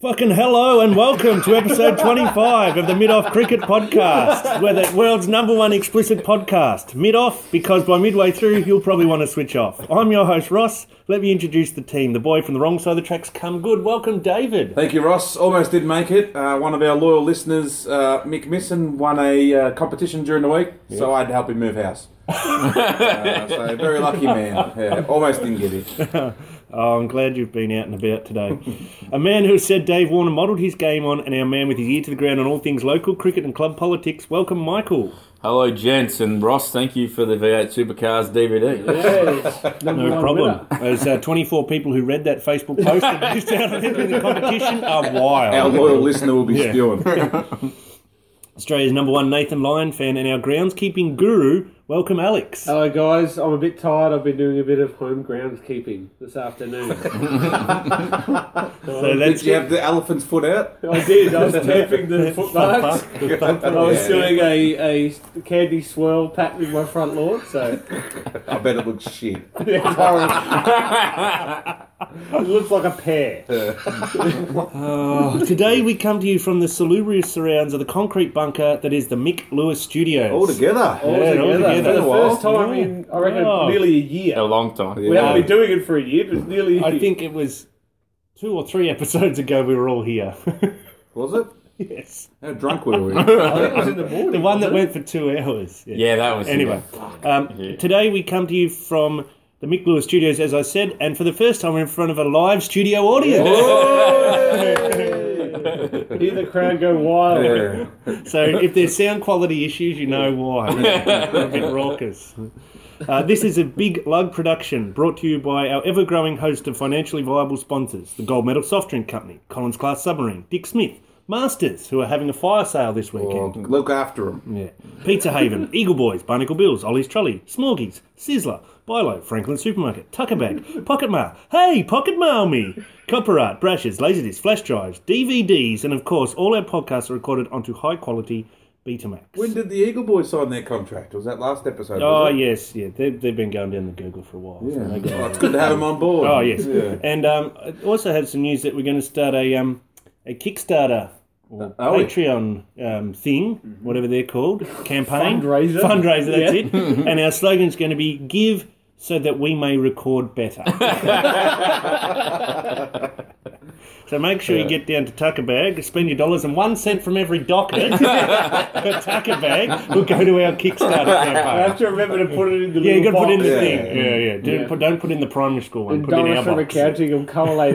Fucking hello and welcome to episode 25 of the Mid Off Cricket Podcast. We're the world's number one explicit podcast. Mid Off, because by midway through, you'll probably want to switch off. I'm your host, Ross. Let me introduce the team. The boy from the wrong side of the track's come good. Welcome, David. Thank you, Ross. Almost did make it. Uh, one of our loyal listeners, uh, Mick Misson, won a uh, competition during the week, so I had to help him move house. uh, so very lucky man. Yeah, almost didn't get it. Oh, I'm glad you've been out and about today. a man who said Dave Warner modelled his game on, and our man with his ear to the ground on all things local cricket and club politics. Welcome, Michael. Hello, gents, and Ross, thank you for the V8 Supercars DVD. No problem. There's uh, 24 people who read that Facebook post and missed out on entering the competition are Our wild. loyal listener will be Yeah. spewing. Australia's number one Nathan Lyon fan and our groundskeeping guru. Welcome, Alex. Oh, Hello, guys. I'm a bit tired. I've been doing a bit of home groundskeeping this afternoon. so Did that's you have the elephant's foot out? I did. I was tapping the footmarks. and I was doing a, a candy swirl pattern in my front lawn. So I bet it looks shit. it's horrible. it looks like a pear. Oh, Today we come to you from the salubrious surrounds of the concrete bunker that is the Mick Lewis Studios. All together. All Yeah, all together. together. For the Wow. first time in, I reckon, Wow. nearly a year. a long time. We Yeah. haven't been doing it for a year, but nearly. I think it was two or three episodes ago we were all here. Was it? yes. How drunk were we? I think it was in the morning. The one that went for two hours. Yeah, that was Anyway, um, today we come to you from the Mick Lewis Studios, as I said, and for the first time we're in front of a live studio audience. Hear the crowd go wild. Yeah. So if there's sound quality issues, you know why. a bit raucous. Uh, this is a big lug production brought to you by our ever growing host of financially viable sponsors the Gold Medal Soft Drink Company, Collins Class Submarine, Dick Smith, Masters, who are having a fire sale this Well, weekend. look after him. Yeah. Pizza Haven, Eagle Boys, Barnacle Bills, Ollie's Trolley, Smorgies, Sizzler, Bilo, Franklin Supermarket, Tucker Bag, Pocket Mar, Hey, Pocket Mar me, Copper Art, Brushes, Laserdisc, Flash Drives, DVDs, and of course, all our podcasts are recorded onto high quality Betamax. When did the Eagle Boys sign their contract? Was that last episode? oh, was it? yes, yeah. They've, they've been going down the Google for a while. so they got- Oh, it's good to have him on board. Oh, yes. Yeah. And um, I also have some news that we're going to start a, um, a Kickstarter. Or Oh, yeah. Patreon um, thing, whatever they're called, campaign Fundraiser. fundraiser. That's it. And our slogan's going to be "Give so that we may record better." so make sure you get down to Tucker Bag, spend your dollars and one cent from every docket. for Tucker Bag will go to our Kickstarter I campaign. have to remember to put it in the Yeah, you got little to put in the box. Yeah. thing. Yeah, yeah. Do, Yeah. Put, don't put in the primary school one. And Put it in Doris our from box. accounting will collate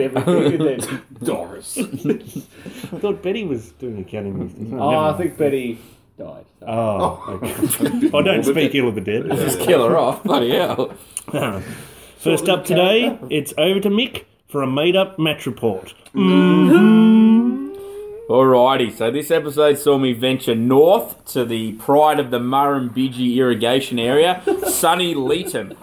everything and then. Doris. I thought Betty was doing Mm, accounting these days. Oh, I think Betty died. Oh, okay. I don't speak ill of the dead. Just kill her off, bloody hell. First up today, it's over to Mick for a made-up match report. Alrighty, so this episode saw me venture north to the pride of the Murrumbidgee irrigation area, sunny Leeton,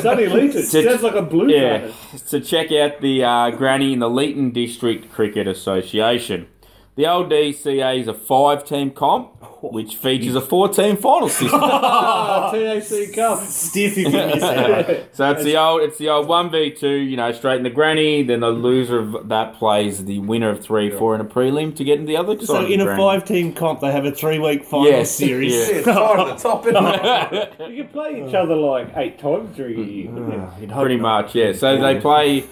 Sonny Leeton sounds like a blue yeah, guy. to check out the uh, granny in the Leeton District Cricket Association. The LDCA is a five-team comp, which features a four-team final system. Oh, TAC Cup. Stiff if you miss out. So it's the old, it's the old one v two. You know, straight in the granny. Then the loser of that plays the winner of three, four in a prelim to get in the other. side So of the in a granny. five-team comp, they have a three-week final Yes, series. yeah. It's hard at the top, isn't it? You can play each other like eight times during a year. wouldn't Uh, you? pretty much, yeah. So they play,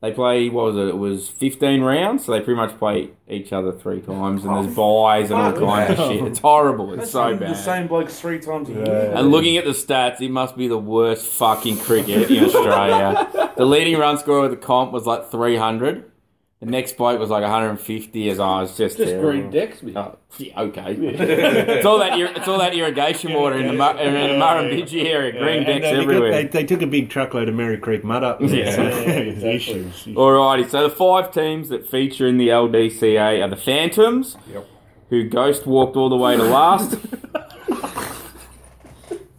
they play. What was it? It was fifteen rounds. So they pretty much play each other three times, and there's buys and all fuck. kinds of shit. It's horrible. It's so The bad. same blokes three times a year. And looking at the stats, it must be the worst fucking cricket in Australia. the leading run scorer of the comp was like 300. The next bloke was like 150 as I was just Just terrible. green decks me. Uh, Oh, yeah, okay. it's all that ir- it's all that irrigation water in the, Mur- in the Murrumbidgee area. Green And, uh, decks they, got- everywhere. they, they took a big truckload of Mary Creek mud up. There, Yeah. so Yeah, there's issues. Alrighty, so the five teams that feature in the LDCA are the Phantoms, Yep. who ghost walked all the way to last.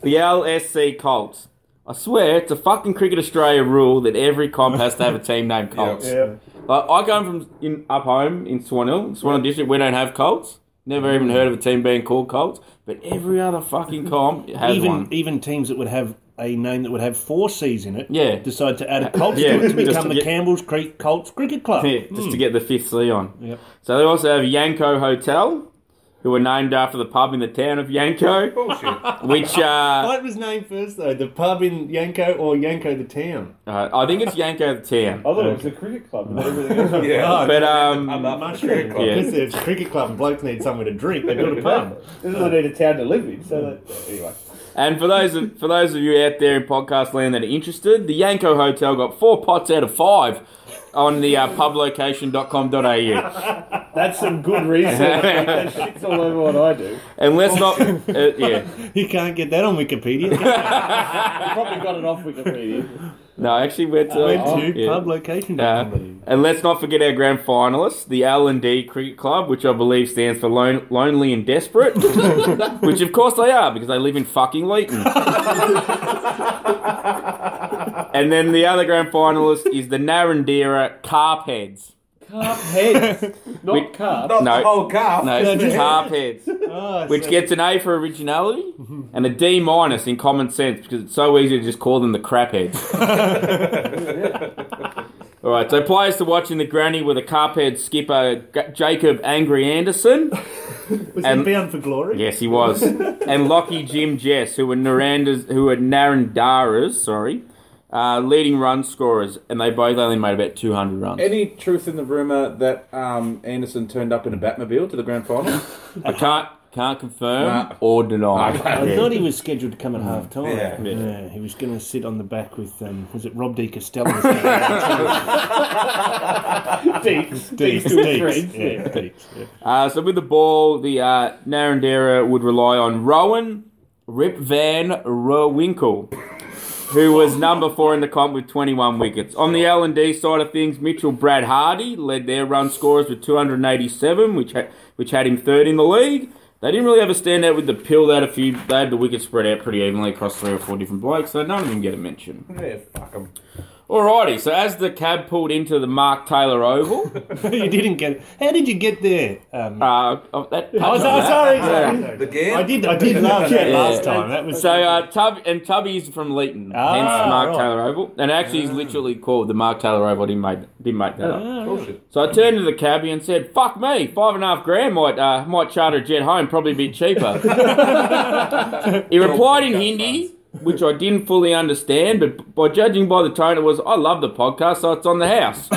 the LSC Colts. I swear, it's a fucking Cricket Australia rule that every comp has to have a team named Colts. Yeah. Like, I come from in, up home in Swan Hill, Swan Hill District. We don't have Colts. Never even heard of a team being called Colts. But every other fucking comp has Even one. even teams that would have a name that would have four C's in it, Yeah. decide to add a Colts Yeah, to it to just become to the get- Campbell's Creek Colts Cricket Club. Yeah, just to get the fifth C on. Yep. So they also have Yanko Hotel, who were named after the pub in the town of Yanko, Bullshit. which uh, What was named first though? The pub in Yanko or Yanko the town? uh, I think it's Yanko the town. I thought it was a cricket club. and everything else. Yeah. But um, Um, mushroom. Yeah. Because there's a cricket club and blokes need somewhere to drink, they build a pub. This is what I need a town to live in. So that, anyway, and for those of, for those of you out there in podcast land that are interested, the Yanko Hotel got four pots out of five on the uh, publocation.com.au. that's some good research. that shit's all over what I do. And let's not, uh, yeah, You can't get that on Wikipedia. can I probably got it off Wikipedia. no, actually we're to, you? Went to yeah. pub location. Uh, and let's not forget our grand finalists, the L and D Cricket Club, which I believe stands for lon- Lonely and Desperate, which of course they are because they live in fucking Leeton. and then the other grand finalist is the Narandera Carpheads. Carp heads, not carp. Not No. the whole calf. No, it's Carpheads, Oh, which so- gets an A for originality and a D minus in common sense because it's so easy to just call them the crapheads. All right, so players to watch in the granny were the Carphead skipper G- Jacob Angry Anderson. was and- he bound for glory? Yes, he was. and Lockie Jim Jess, who were Naranda's, who were Narandaras, sorry, uh, leading run scorers, and they both only made about two hundred runs. Any truth in the rumor that um, Anderson turned up in a Batmobile to the grand final? I can't can't confirm Nah. or deny. I Yeah. thought he was scheduled to come at half time. Yeah. Yeah. he was going to sit on the back with um, was it Rob De Costello? Deeks, Deeks, deeks, Deeks, deeks. yeah, Yeah. Deeks, yeah. Uh, so with the ball, the uh, Narandera would rely on Rowan Rip Van Rowinkle, who was number four in the comp with 21 wickets. On the L and D side of things, Mitchell Brad Hardy led their run scorers with 287, which had, which had him third in the league. They didn't really have a standout with the pill. They had a few. They had the wickets spread out pretty evenly across three or four different blokes, so none of them get a mention. yeah, fuck him. Alrighty, so as the cab pulled into the Mark Taylor Oval, you didn't get. How did you get there? Um, uh, oh, that, oh, so- sorry, sorry. The game? I did. I did love that Yeah. last time. That was So uh, Tub and Tubby's from Leeton, Ah, hence Mark right. Taylor Oval, and actually he's literally called the Mark Taylor Oval. He made didn't make that up. Bullshit. So I turned to the cabbie and said, "Fuck me, five and a half grand might uh, might charter a jet home, probably a bit cheaper." he replied in Hindi, which I didn't fully understand, but by judging by the tone, it was, "I love the podcast, so it's on the house."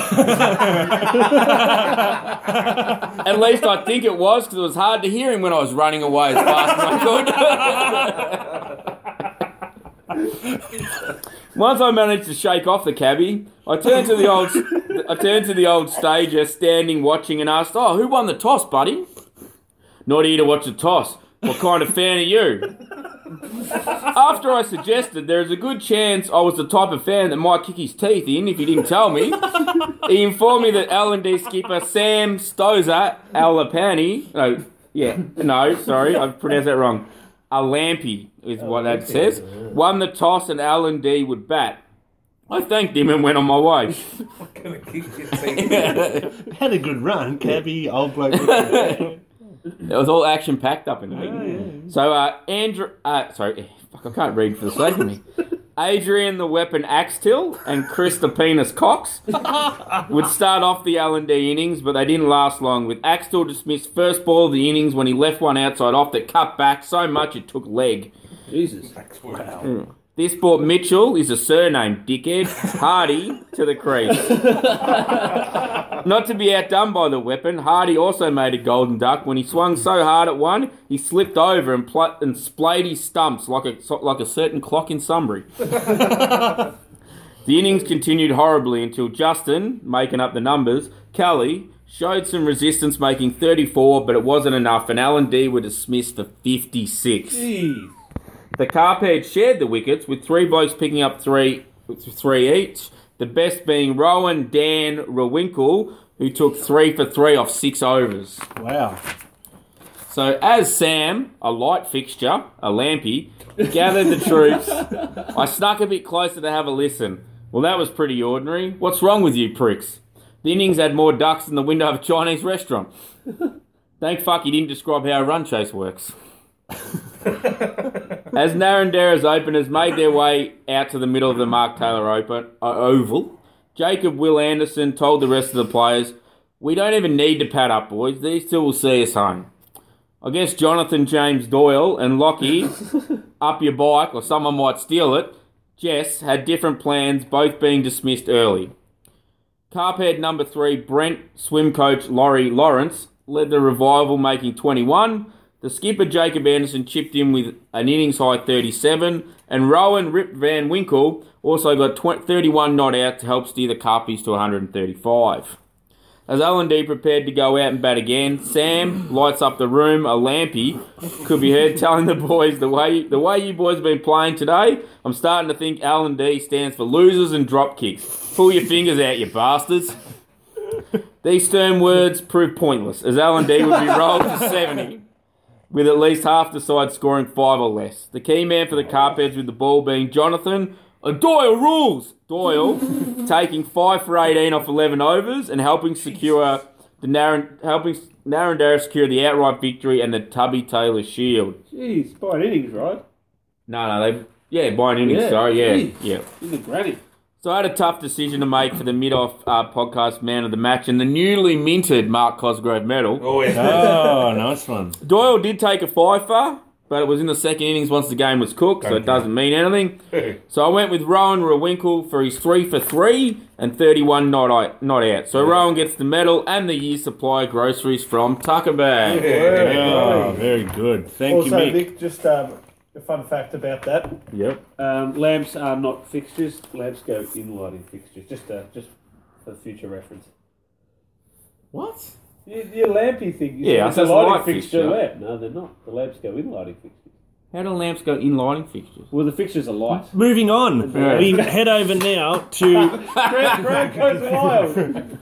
At least I think it was because it was hard to hear him when I was running away as fast as I could. Once I managed to shake off the cabbie, I turned to the old, I turned to the old stager standing watching and asked, "Oh, who won the toss, buddy?" Not here to watch the toss. What kind of fan are you? After I suggested there is a good chance I was the type of fan that might kick his teeth in if he didn't tell me. He informed me that L and D skipper Sam Stozer Alapani. No, yeah, no, sorry, I pronounced that wrong. Alampi is what that says. Won the toss and L and D would bat. I thanked him and went on my way. Gonna kick your teeth. had a good run. Cabby, old bloke. yeah, It was all action packed up in the meeting. So uh, Andrew, uh, sorry, eh, fuck, I can't read for the sake of me. Adrian the Weapon Axtill and Chris the Penis Cox would start off the L and D innings, but they didn't last long. With Axtill dismissed first ball of the innings when he left one outside off that cut back so much it took leg. Jesus. This brought Mitchell, is a surname, dickhead, Hardy, to the crease. Not to be outdone by the weapon, Hardy also made a golden duck when he swung so hard at one, he slipped over and, pl- and splayed his stumps like a, so- like a certain clock in Sunbury. the innings continued horribly until Justin, making up the numbers, Kelly, showed some resistance making 34, but it wasn't enough, and Alan D were dismissed for 56. Jeez. The Carped shared the wickets with three blokes picking up three three each. The best being Rowan Dan Rowinkle, who took three for three off six overs. wow. So as Sam, a light fixture, a lampy, gathered the troops, I snuck a bit closer to have a listen. Well, that was pretty ordinary. What's wrong with you pricks? The innings had more ducks than the window of a Chinese restaurant. Thank fuck he didn't describe how a run chase works. As Narendera's openers made their way out to the middle of the Mark Taylor open, uh, Oval, Jacob Will Anderson told the rest of the players, We don't even need to pad up, boys. These two will see us home. I guess Jonathan James Doyle and Lockie, up your bike, or someone might steal it, Jess, had different plans, both being dismissed early. Carphead number three, Brent swim coach Laurie Lawrence, led the revival, making 21. The skipper Jacob Anderson chipped in with an innings high 37, and Rowan Rip Van Winkle also got 20, 31 not out to help steer the Carpies to 135. As L&D prepared to go out and bat again, Sam lights up the room. A lampy could be heard telling the boys the way the way you boys have been playing today. I'm starting to think L&D stands for losers and drop kicks. Pull your fingers out, you bastards. These stern words proved pointless as L&D would be rolled to 70 with at least half the side scoring five or less. The key man for the Carpeds with the ball being Jonathan. uh, Doyle rules! Doyle taking 5 for 18 off 11 overs and helping secure the Narran- helping s- Narrandera secure the outright victory and the Tubby Taylor Shield. Jeez, by an innings, right? No, no, they yeah, by an innings, Yeah, sorry, yeah, gee. yeah. In the granny. So I had a tough decision to make for the mid-off uh, podcast man of the match and the newly minted Mark Cosgrove medal. Oh, yeah. Oh, nice one. Doyle did take a fifer, but it was in the second innings once the game was cooked, so it Okay. doesn't mean anything. So I went with Rowan Rewinkle for his three for three and 31 not out. Not out. So Rowan gets the medal and the year's supply of groceries from Tucker Bag. Oh, very good. Thank Also, you, Mick. Mick, just um, a fun fact about that. Yep. Um, lamps are not fixtures. Lamps go in lighting fixtures. Just uh, just for future reference. What? Your, your lampy thing. Is Yeah, it's I a says lighting light fixture, fixture. lamp. No, they're not. The lamps go in lighting fixtures. How do lamps go in lighting fixtures? Well, the fixtures are light. Moving on, Yeah. we head over now to. Brad, Brad goes wild.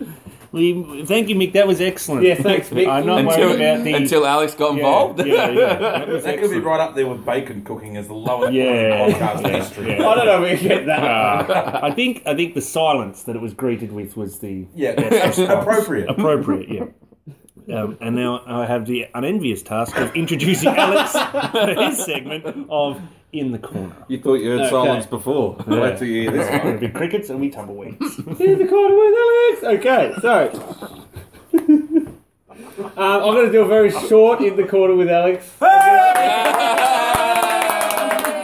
We, thank you, Mick. That was excellent. Yeah, thanks, Mick. I'm not Until, worried about the. until Alex got yeah, involved? yeah, yeah. That was That could be excellent. right up there with bacon cooking as the lowest Yeah. point in podcast history. Yeah. I don't know if we get that. Uh, I think I think the silence that it was greeted with was the Yeah, best response. appropriate. appropriate. Yeah. Um, and now I have the unenvious task of introducing Alex for his segment of In the Corner. You thought you heard silence before. Yeah. Wait till you hear this one. Big crickets and we tumbleweeds. In the corner with Alex. Okay, so. um, I'm going to do a very short in the corner with Alex.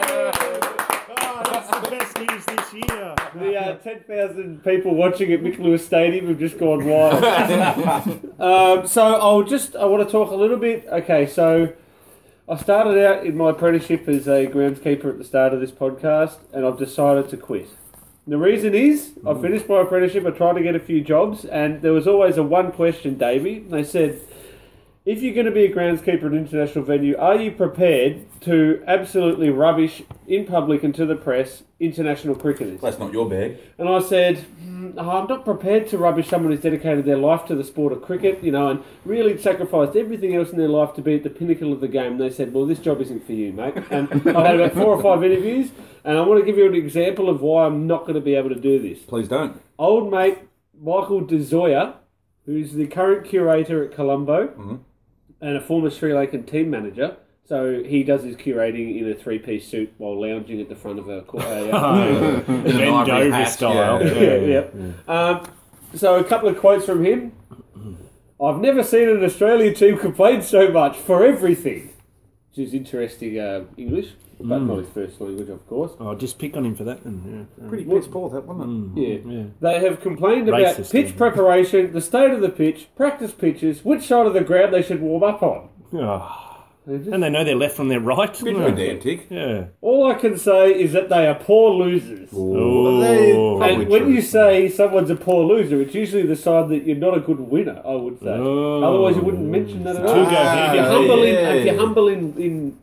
oh, that's the best news this year. The uh, 10,000 people watching at Mick Lewis Stadium have just gone wild. um, so I'll just, I want to talk a little bit. Okay, so I started out in my apprenticeship as a groundskeeper at the start of this podcast, and I've decided to quit. The reason is I finished my apprenticeship, I tried to get a few jobs, and there was always a one question, Davey. and They said, if you're going to be a groundskeeper at an international venue, are you prepared to absolutely rubbish in public and to the press international cricketers? That's not your bag. And I said, "Hmm, oh, I'm not prepared to rubbish someone who's dedicated their life to the sport of cricket, you know, and really sacrificed everything else in their life to be at the pinnacle of the game. And they said, Well, this job isn't for you, mate. And I've had about four or five interviews, and I want to give you an example of why I'm not going to be able to do this. Please don't. Old mate Michael DeZoya, who's the current curator at Colombo and a former Sri Lankan team manager. So he does his curating in a three piece suit while lounging at the front of a. co- a uh, Bend ivory over hat, style. yeah. yeah, yeah. Um, so a couple of quotes from him. I've never seen an Australian team complain so much for everything, which is interesting uh, English, but Mm. not his first language, of course. I'll Oh, just pick on him for that. Then. Yeah. Pretty piss poor, that Mm. wasn't Yeah. Mm-hmm. Yeah. They have complained about Racist, pitch isn't it? preparation, the state of the pitch, practice pitches, which side of the ground they should warm up on. Oh. And they know they're left from their right. it? Pedantic. Yeah. All I can say is that they are poor losers. Oh. And when you say someone's a poor loser, it's usually the side that you're not a good winner, I would say. Oh. Otherwise, you wouldn't mention that at all. Two go hand If you're in hand. Ah, humble in, yeah. if you're humble in,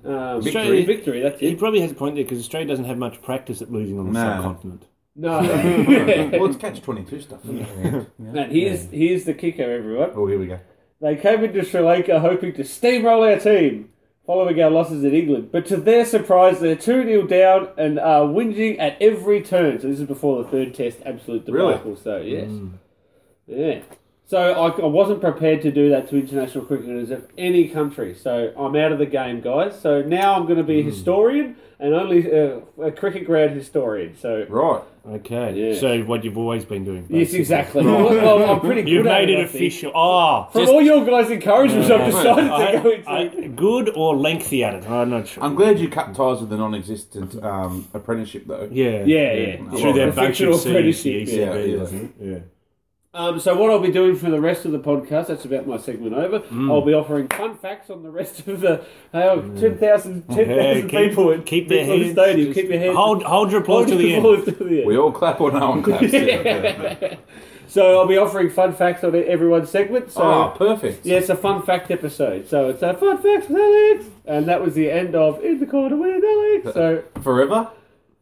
in um, Victory. victory. victory, that's He it. probably has a point there because Australia doesn't have much practice at losing on the No. subcontinent. No. Well, it's catch 22 stuff. isn't it? Yeah. and here's, here's the kicker, everyone. Oh, here we go. They came into Sri Lanka hoping to steamroll our team following our losses in England. But to their surprise, they're 2 0 down and are whinging at every turn. So this is before the third test absolute Really? Mm. debacle. So, yes. Yeah. So I, I wasn't prepared to do that to international cricketers of any country. So I'm out of the game, guys. So now I'm going to be Mm. a historian and only uh, a cricket ground historian. So Right. Okay. Yeah. So what you've always been doing? yes, basically. exactly. well, well, I'm pretty good You've at made it I think. official. Ah. From Just- all your guys' encouragement, I've decided I- to go into. I- good or lengthy at it? I'm not sure. I'm glad you cut ties with the non-existent um, apprenticeship, though. yeah. yeah, yeah. Through their bunch Professional of C's, the E apprenticeship, ECB, yeah. Yeah, yeah. doesn't it? Um, so what I'll be doing for the rest of the podcast, that's about my segment over. Mm. I'll be offering fun facts on the rest of the uh, 10,000 Yeah, 10,000 keep- people. in- keep their people in the heads- Stadium. Keep your Yeah. heads. Hold, hold your applause to the end. to the end. We all clap or no one claps. yeah. So I'll be offering fun facts on everyone's segment. So Ah, Oh, perfect. yeah, it's a fun fact episode. So it's a fun facts with Alex, and that was the end of in the corner with Alex. So Forever?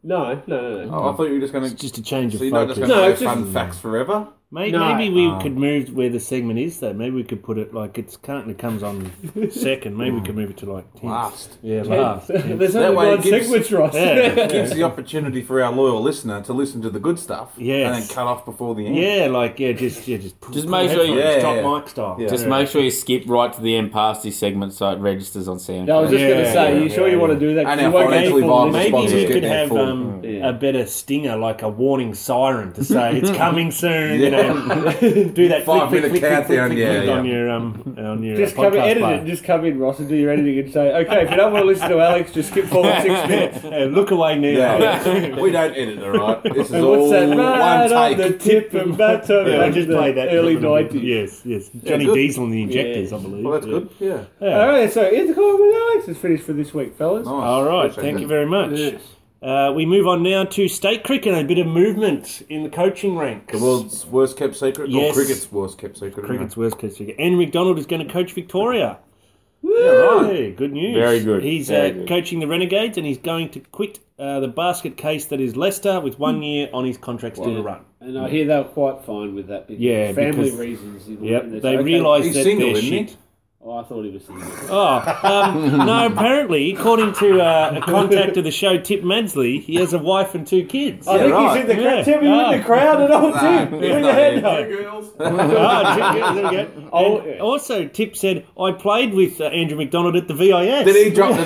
no, no, no, no. Oh, I thought you were just going It's to... just a change of So you're not focus. just going to No, no, it's just- fun facts forever? May- No. Maybe we could move where the segment is, though. Maybe we could put it like it's currently comes on second. Maybe we could move it to like tenth. Last. Yeah, last. There's That only way it one gives- segment, Ross. Yeah. Gives the opportunity for our loyal listener to listen to the good stuff. Yes. And then cut off before the end. yeah, like yeah, just yeah, just Just make sure you- Yeah, top yeah. mic style. Yeah. Just make sure you skip right to the end past this segment so it registers on sound. No, I was just going to Yeah, say, yeah, you sure yeah, you want to do that? 'Cause And you our won't get financially viable full listeners. Maybe sponsors we get could their have full- um, Yeah. a better stinger, like a warning siren to say it's coming soon. You know, do that click, click, Five minute click, click, countdown, click, yeah, click yeah. on your um, on your Just uh, come and podcast edit player. it. Just come in, Ross, and do your editing and say, okay, if you don't want to listen to Alex, just skip forward six minutes. Yeah, look away now. Yeah. we don't edit, all right? This is And all what's that? Right one on take. the tip and baton. Yeah, I Back just to the played that Early 90s. Yes, yes. Johnny good. Diesel and the Injectors, Yeah. I believe. Well, that's Yeah. good. Yeah. Yeah. All right, so in the corner with Alex is finished for this week, fellas. Nice. All right, Appreciate thank you that. very much. Yes. Uh, we move on now to state cricket and a bit of movement in the coaching ranks. The world's worst kept secret? Yes. Or cricket's worst kept secret? isn't it? Cricket's worst case figure. Andy McDonald is going to coach Victoria. Yeah, right. Hey, good news. Very good, He's very uh, good. coaching the Renegades and he's going to quit uh, the basket case that is Leicester with one year on his contract still to run. And I hear they were quite fine with that. Because Yeah, family because- reasons. in- in Yep, this- they okay. realise He's that single, they're isn't he? shit. Oh, I thought he was single. Oh, um, no, apparently, according to uh, a contact of the show, Tip Mansley, he has a wife and two kids. I think right. he's in the crowd. Yeah. Tim, you Ah. in the crowd at all, Tim? Nah, Bring he's your not hand here. up. Ah, two kids, okay. Oh, And yeah. also, Tip said, I played with uh, Andrew McDonald at the VIS. Did he drop the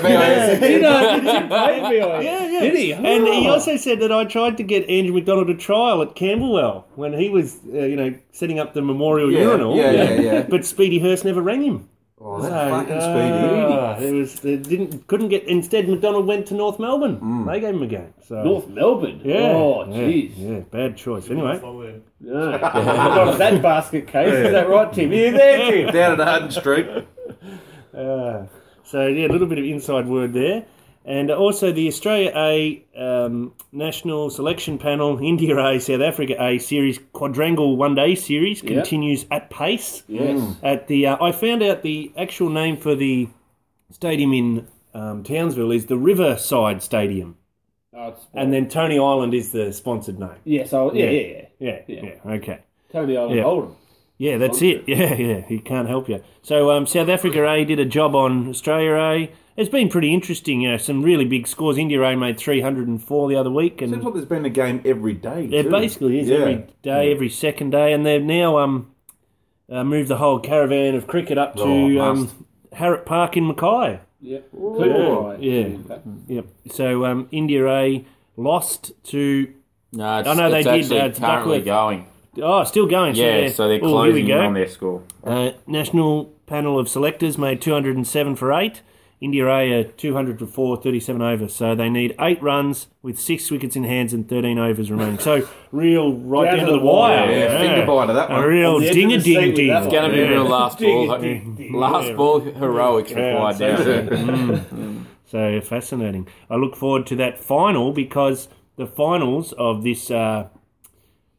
VIS? Did he, uh, did he play me on it? Yeah, yeah. Did he? And he Oh. also said that I tried to get Andrew McDonald a trial at Camberwell when he was, uh, you know, setting up the memorial Yeah, urinal. yeah, yeah, yeah. But Speedy Hurst never rang him. Oh, that's So, fucking speedy. ah, it was it didn't couldn't get. Instead, McDonald went to North Melbourne. Mm. They gave him a game. So North Melbourne. yeah, Oh, yeah, jeez. yeah, bad choice. Anyway, No. Not in that basket case. Is that right, Tim? You there, Tim? Down at Harden Street. Uh, so yeah, a little bit of inside word there, and also the Australia A um, national selection panel, India A, South Africa A series quadrangle one day series continues at pace. Yes. At the uh, I found out the actual name for the stadium in um, Townsville is the Riverside Stadium, Oh, it's- and then Tony Island is the sponsored name. yes, I, yeah, yeah, yeah. Yeah, yeah, Yeah. okay. Tony Island Yeah. Oldham. Yeah, that's it. Yeah, yeah, he can't help you. So um, South Africa A did a job on Australia A. It's been pretty interesting. You know, some really big scores. India A made three hundred and four the other week, and Seems like there's been a game every day. it too. basically is Yeah. every day, every second day, and they've now um uh, moved the whole caravan of cricket up to Oh, must. um, Harrop Park in Mackay. Yeah. Yeah. Yep. So um, India A lost to No, it's, I know they it's did, actually uh, to currently Duckworth. going. oh still going. Oh, Yeah, so they're closing in on on their score. Uh, national panel of selectors made 207 for 8. India A are 200 for 4, 37 over. So they need 8 runs with 6 wickets in hands and 13 overs remaining. So real right down, to the wire. Yeah, finger bite of that A one. real On the edge of ding a the seat ding with ding. that one. Going to be Yeah. real last ball. Ding, ding, last ball heroics required Yeah, now. So fascinating. I look forward to that final because the finals of this uh,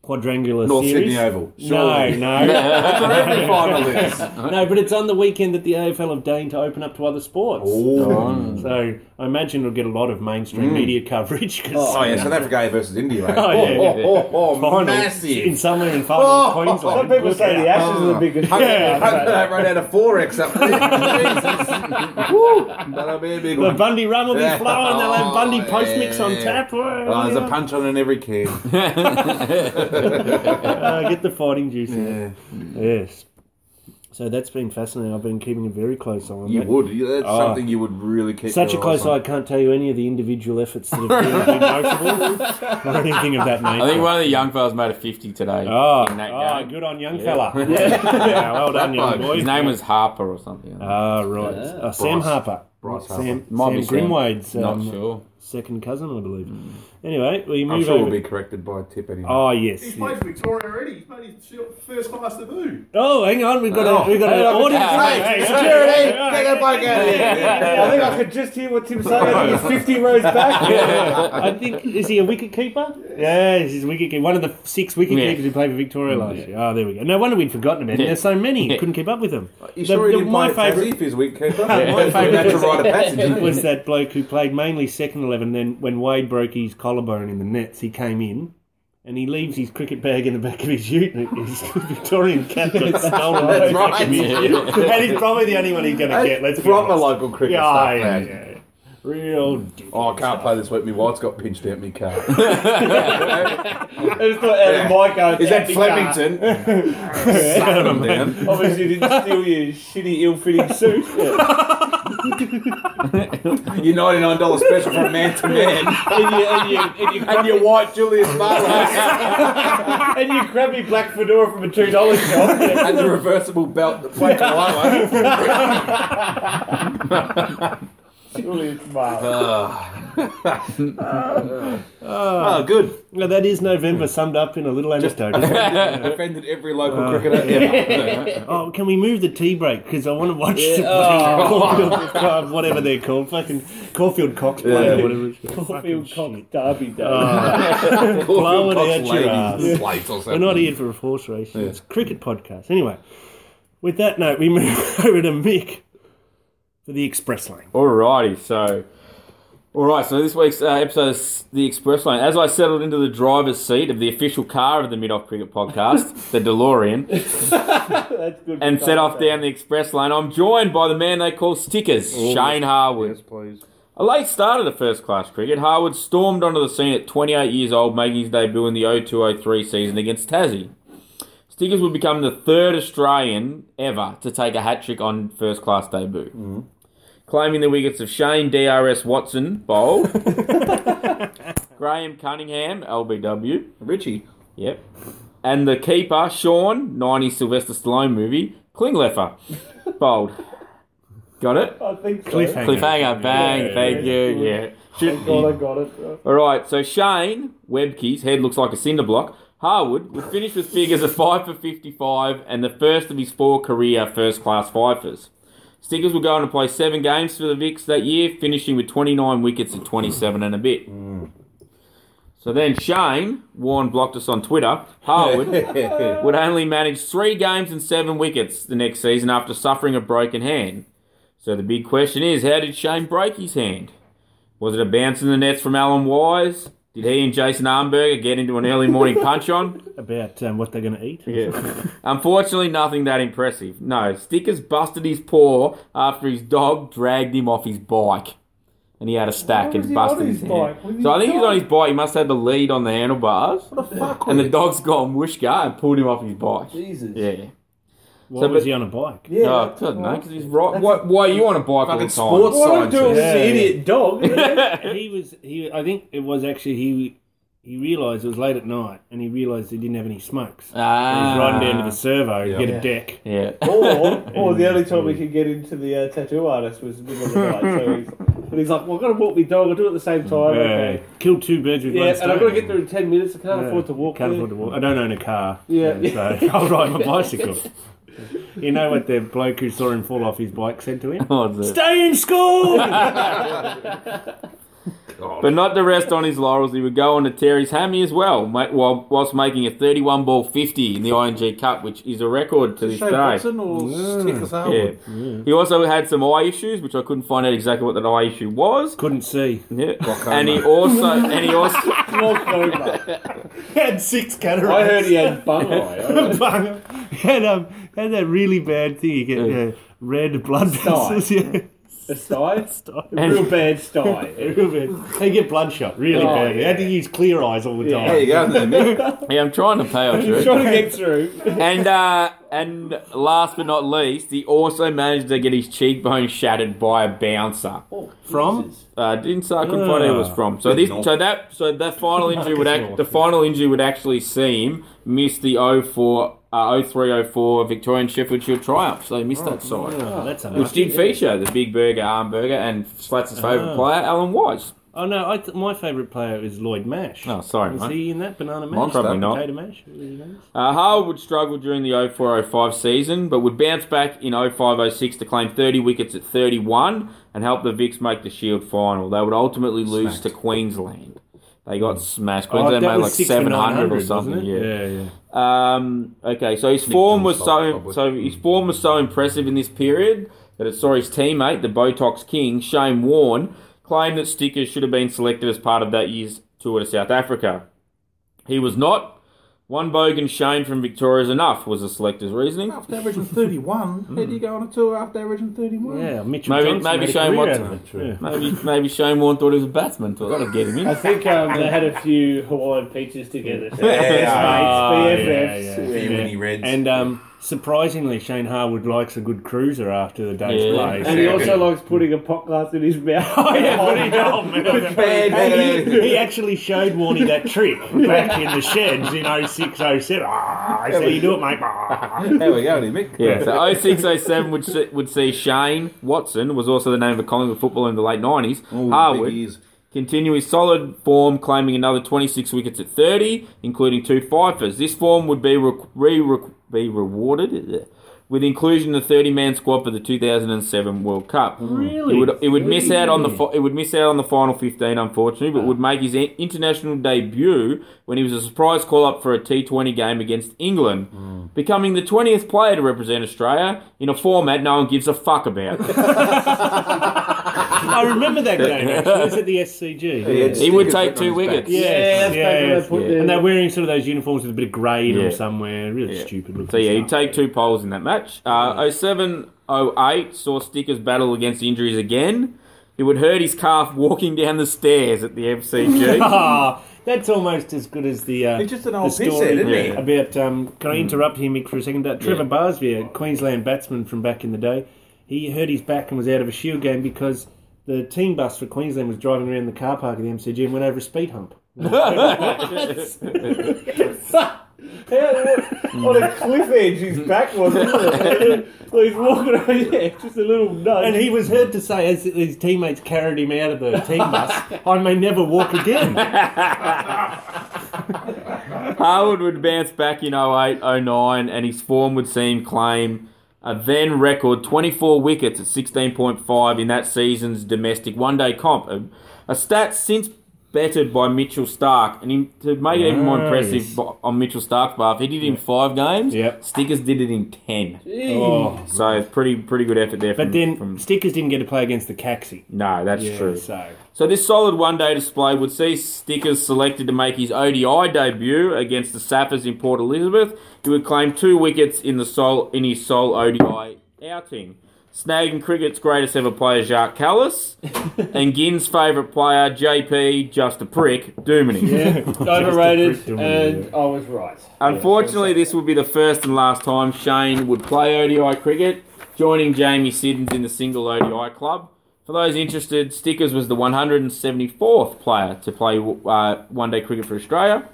quadrangular North series. Sydney Oval. No, Surely. no, That's where every final is. no. But it's on the weekend that the AFL have deigned to open up to other sports. Oh, So I imagine it'll get a lot of mainstream media coverage because oh yeah, South Africa A versus India. Right? Oh, yeah, oh, yeah. oh, oh, in massive. somewhere in far north Oh, Queensland. Some people Look say out. the Ashes are the biggest. Yeah, I hope Yeah. oh, they run out of forex up there. Jesus. Woo. That'll be a big the one. Bundy rum will be Yeah. flowing. They'll have Bundy Oh, post mix on yeah. tap. Oh, there's a punch on in every can. Uh, get the fighting juice. in it. Yeah. Yes. So that's been fascinating. I've been keeping a very close eye on You that. would. You- That's Oh. something you would really keep Such a your close eyes on. eye, I can't tell you any of the individual efforts that have been been notable or anything of that nature. I think one of the young fellas made a 50 today Oh, in that oh, game. good on young Yeah. fella. yeah, well done, young bloke. boy. His name was Harper or something. Ah, right. Uh, Sam Harper. Bryce Sam, Harper. Might be Sam Sam. Grimwade's Not um, sure. second cousin, I believe. Anyway, we move I'm sure over. we'll be corrected by tip anyway. Oh yes. He's yes. played for Victoria already. He's made his first class debut. Oh, hang on, we've got a Oh. we've got an Hey, audience. hey, Security! Get that bloke out of here! I think I could just hear what Tim's saying. He's 50 rows back. I think is he a wicket keeper? Yeah, he's a wicket keeper. One of the six wicket Yeah. keepers who played for Victoria last year. Oh, there we go. No wonder we'd forgotten about him. There's so many. Yeah. Couldn't keep up with them. You The- sure he the- didn't my play favourite- Tassie if he's weak keeper? My favourite natural rite of passage. isn't it? was that bloke who played mainly second eleven. Then when Wade broke his collarbone in the nets, he came in. And he leaves his cricket bag in the back of his ute. and His Victorian cap got stolen. That's out of the back of his right. ute. And he's probably the only one he's going to get. Let's be Proper honest. local cricket Yeah, stuff, yeah, man. yeah. Real. dick. Oh, I can't play this week. My white's got pinched out my car. It's not out of my car. Is that Flemington? Slapping them down. Obviously, didn't steal your shitty, ill-fitting suit. Your $99 special from man to man. And your, and your, and your, And your white Julius Marlowe. and your grabby black fedora from a two dollar shop. and the reversible belt that played below. Surely it's Mark. Oh, good. Now that is November summed up in a little anecdote. isn't it? Offended every local Uh, cricketer ever. oh, can we move the tea break? Because I want to watch the Oh. Caulfield, uh, whatever they're called, fucking Caulfield Cox play or Yeah. whatever. it's called. Caulfield Fucking Cock shit. Derby Day. Blow it Caulfield out Cox your ass. ladies' slates or We're something. not here for a horse race. It's a cricket podcast. Anyway, with that note, we move over to Mick for the express lane. Alrighty, so. Alright, so this week's uh, episode is The Express Lane. As I settled into the driver's seat of the official car of the Mid Off Cricket Podcast, the DeLorean, That's good. and set off down the Express Lane, I'm joined by the man they call Stickers, Shane Harwood. Yes, please. A late starter to first class cricket, Harwood stormed onto the scene at 28 years old, making his debut in the 0203 season against Tassie. Stickers would become the third Australian ever to take a hat trick on first class debut. Claiming the wickets of Shane DRS Watson, bowled, Graham Cunningham, LBW, Richie. yep, and the keeper, Sean, 90 Sylvester Stallone movie, Klingleffer, bowled. Got it? I think so. Cliffhanger. Cliffhanger, bang, Yeah. thank you, yeah. Should- God, I got it. all right, so Shane Webke's head looks like a cinder block. Harwood would finish with figures of 5 for 55 and the first of his four career first class fifers. Stickers will go on to play seven games for the Vics that year, finishing with 29 wickets and 27 and a bit. So then Shane, Warren blocked us on Twitter, Harwood Oh, would only manage three games and seven wickets the next season after suffering a broken hand. So the big question is how did Shane break his hand? Was it a bounce in the nets from Alan Wise? Did he and Jason Armberger get into an early morning punch on? About um, what they're going to eat. Yeah. Unfortunately, nothing that impressive. No, Stickers busted his paw after his dog dragged him off his bike. And he had a stack Why was and he busted on his, his hand. bike? Was he So I think he was on driving? his bike. He must have had the lead on the handlebars. and the dog's gone whooshka and pulled him off his bike. Jesus. Yeah. Why So, was but- he on a bike? Yeah, oh, I that's don't know, right. because he's right. Why, why are you on a bike all the Fucking time? sports What I'm science. doing Yeah, with yeah. the idiot dog. he was he I think it was actually he he realised it was late at night and he realised he didn't have any smokes. So he was riding down to the servo Yeah. to get Ah. Yeah. a deck. Yeah. or, or Mm. the only time we could get into the uh, tattoo artist was middle of the night. So he's, but he's like, well, I've got to walk my dog. I'll do it at the same time. Okay. Kill two birds with Yeah, one and stone. I've got to get there in 10 minutes. I can't Yeah. afford to walk Can't there. afford to walk. I don't own a car. Yeah. So I'll ride my bicycle. You know what the bloke who saw him fall off his bike said to him? Oh, the- Stay in school! But not to rest on his laurels, he would go on to tear his hammy as well, ma- while, whilst making a 31 ball 50 in the ING Cup, which is a record to this Shane day. Watson or Stickers Yeah. Harwood? He also had some eye issues, which I couldn't find out exactly what that eye issue was. Couldn't see. Yeah. Glaucoma. And he also, and he also, Walk over. Had six cataracts. I heard he had bung eye. Bung. had um had that really bad thing. You get uh, red blood vessels. Yeah. A sty? Style. A real bad sty. they get bloodshot really Oh, badly. They had to use clear eyes all the Yeah. time. There you go, isn't there, Mick? Yeah, I'm trying to pay off, You're Drew. trying to get through. And uh, and last but not least, he also managed to get his cheekbone shattered by a bouncer. From? Uh, didn't say I couldn't find out who it was from. So this, so that, so that final injury would act, the final injury would actually seem miss the 04, uh, 0304 Victorian Sheffield Shield triumph. So he missed that side, Oh, that's which unlucky. did feature the Big Burger, Arm Burger, and Uh-huh. Slats' favourite player, Alan Wise. Oh no, I th- my favourite player is Lloyd Mash. Oh, sorry, was mate. he in that banana mash? Mine probably not. Potato mash. What was his name? Uh, Harwood would struggle during the 0405 season, but would bounce back in 0506 to claim 30 wickets at 31 and help the Vicks make the Shield final. They would ultimately lose to Queensland. They got smashed. Oh, Queensland that made was like six for 900, 700 or wasn't it? something. yeah, yeah. Um, okay, so his form was Johnson, so probably. so his form was so impressive in this period that it saw his teammate, the Botox King, Shane Warne, claim that stickers should have been selected as part of that year's tour to South Africa. He was not. One bogan Shane from Victoria is enough, was the selector's reasoning. After averaging 31, how do you go on a tour after averaging 31? Yeah, Mitchell Maybe- Johnson maybe made a Shane career Watson. out of it. True. Yeah. Maybe maybe Shane Warne thought he was a batsman. Thought I'd get him I in. think um, they had a few Hawaiian peaches together. So Yeah. Oh, mates, yeah, BFFs. yeah. Few mini reds. And um, surprisingly, Shane Harwood likes a good cruiser after the day's Yeah. play. And he so- also likes putting a pot glass in his mouth. Oh, yeah, but he- oh, man. Bad, bad, He, bad. he actually showed Warney that trick back in the sheds in 06, 07. Ah, I said, you do it, mate. Ah. There we go, then, Mick. Yeah, so 0607 would see, would see Shane Watson was also the name of Collingwood football in the late nineties. Ooh, Harwood big ears. Continue his solid form, claiming another 26 wickets at 30, including two fifers. This form would be re- re- re- be rewarded with inclusion in the 30-man squad for the 2007 World Cup. Really? It would, it would miss out on the fi- it would miss out on the final 15, unfortunately, but would make his in- international debut when he was a surprise call-up for a T20 game against England, becoming the 20th player to represent Australia in a format no one gives a fuck about. I remember that game, actually. It was at the SCG. He had he would stickers written take on his two back. wickets. Yeah, that's back when they put their- And they're wearing sort of those uniforms with a bit of grey in Yeah. them somewhere. Really stupid looking. So yeah, he'd stuff. take two poles in that match. Uh, 07 08 saw Stickers battle against injuries again. He would hurt his calf walking down the stairs at the MCG. Ah, that's almost as good as the. Uh, He's just an the old pisshead, story isn't he? Yeah. About um, can I interrupt here, Mick, for a second? About Trevor Barsby, a Queensland batsman from back in the day, he hurt his back and was out of a Shield game because the team bus for Queensland was driving around the car park at the MCG and went over a speed hump. on Mm. a cliff edge his back was, wasn't it? so he's walking over, yeah, just a little nudge. And he was heard to say, as his teammates carried him out of the team bus, "I may never walk again." Harwood would bounce back in 08 09 and his form would see him claim a then record 24 wickets at 16.5 in that season's domestic one day comp. A, a stat since bettered by Mitchell Stark. And in, to make it even more Nice. impressive bo- on Mitchell Stark's behalf, he did it in five games. Yep. Stickers did it in 10. Oh. So it's pretty pretty good effort there. From, But then from, Stickers didn't get to play against the Caxi. no, that's true. So. So this solid one-day display would see Stickers selected to make his ODI debut against the Sappers in Port Elizabeth. He would claim two wickets in the sole in his sole ODI outing, snagging cricket's greatest ever player Jacques Callis and Gin's favourite player JP, just a prick, Duminy. overrated, Just a prick, and I was right. Unfortunately, this would be the first and last time Shane would play ODI cricket, joining Jamie Siddons in the single ODI club. For those interested, Stickers was the 174th player to play uh, one day cricket for Australia.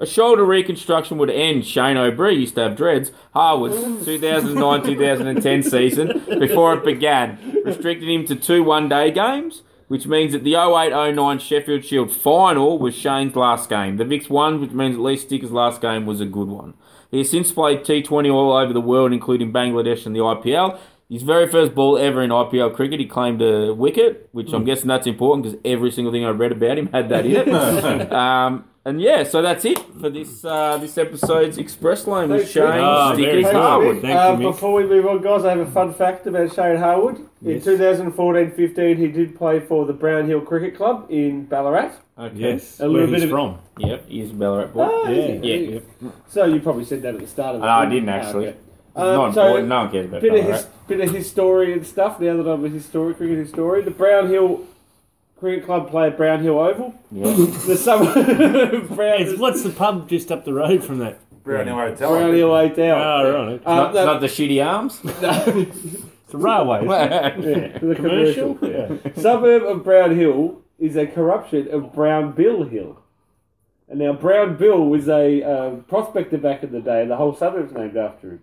A shoulder reconstruction would end Shane O'Brien, used to have dreads, Harwood's 2009 2010 season before it began, restricted him to two one day games, which means that the 08 09 Sheffield Shield final was Shane's last game. The Vicks won, which means at least Sticker's last game was a good one. He has since played T20 all over the world, including Bangladesh and the IPL. His very first ball ever in IPL cricket, he claimed a wicket, which I'm guessing that's important because every single thing I read about him had that in it. um, and yeah, so that's it for this uh, this episode's Express Lane with Thanks, Shane Mick. Ah, very Stickers good. Harwood. Thank Uh, you, Mick. before we move on, guys, I have a fun fact about Shane Harwood. Yes. In 2014-15, he did play for the Brown Hill Cricket Club in Ballarat. yes, A little where bit he's of- from. Yep, he's a Ballarat boy. Ah, Yeah. yeah. So you probably said that at the start of the No, Ah, I thing. didn't actually. okay. not so- important. No one cares about bit that, of his, right? bit of historian stuff. Now that I'm a historic cricket historian, the Brown Hill Cricket Club play at Brown Hill Oval. the summer Brown, It's, what's the pub just up the road from that? Brown Hill Hotel. Brown Hill Hotel. Oh, right. Uh, Not, the- not the shitty arms. It's a railway. isn't it? the commercial. Commercial? Yeah. Suburb of Brown Hill is a corruption of Brown Bill Hill. And now Brown Bill was a um, prospector back in the day, and the whole suburb's named after him.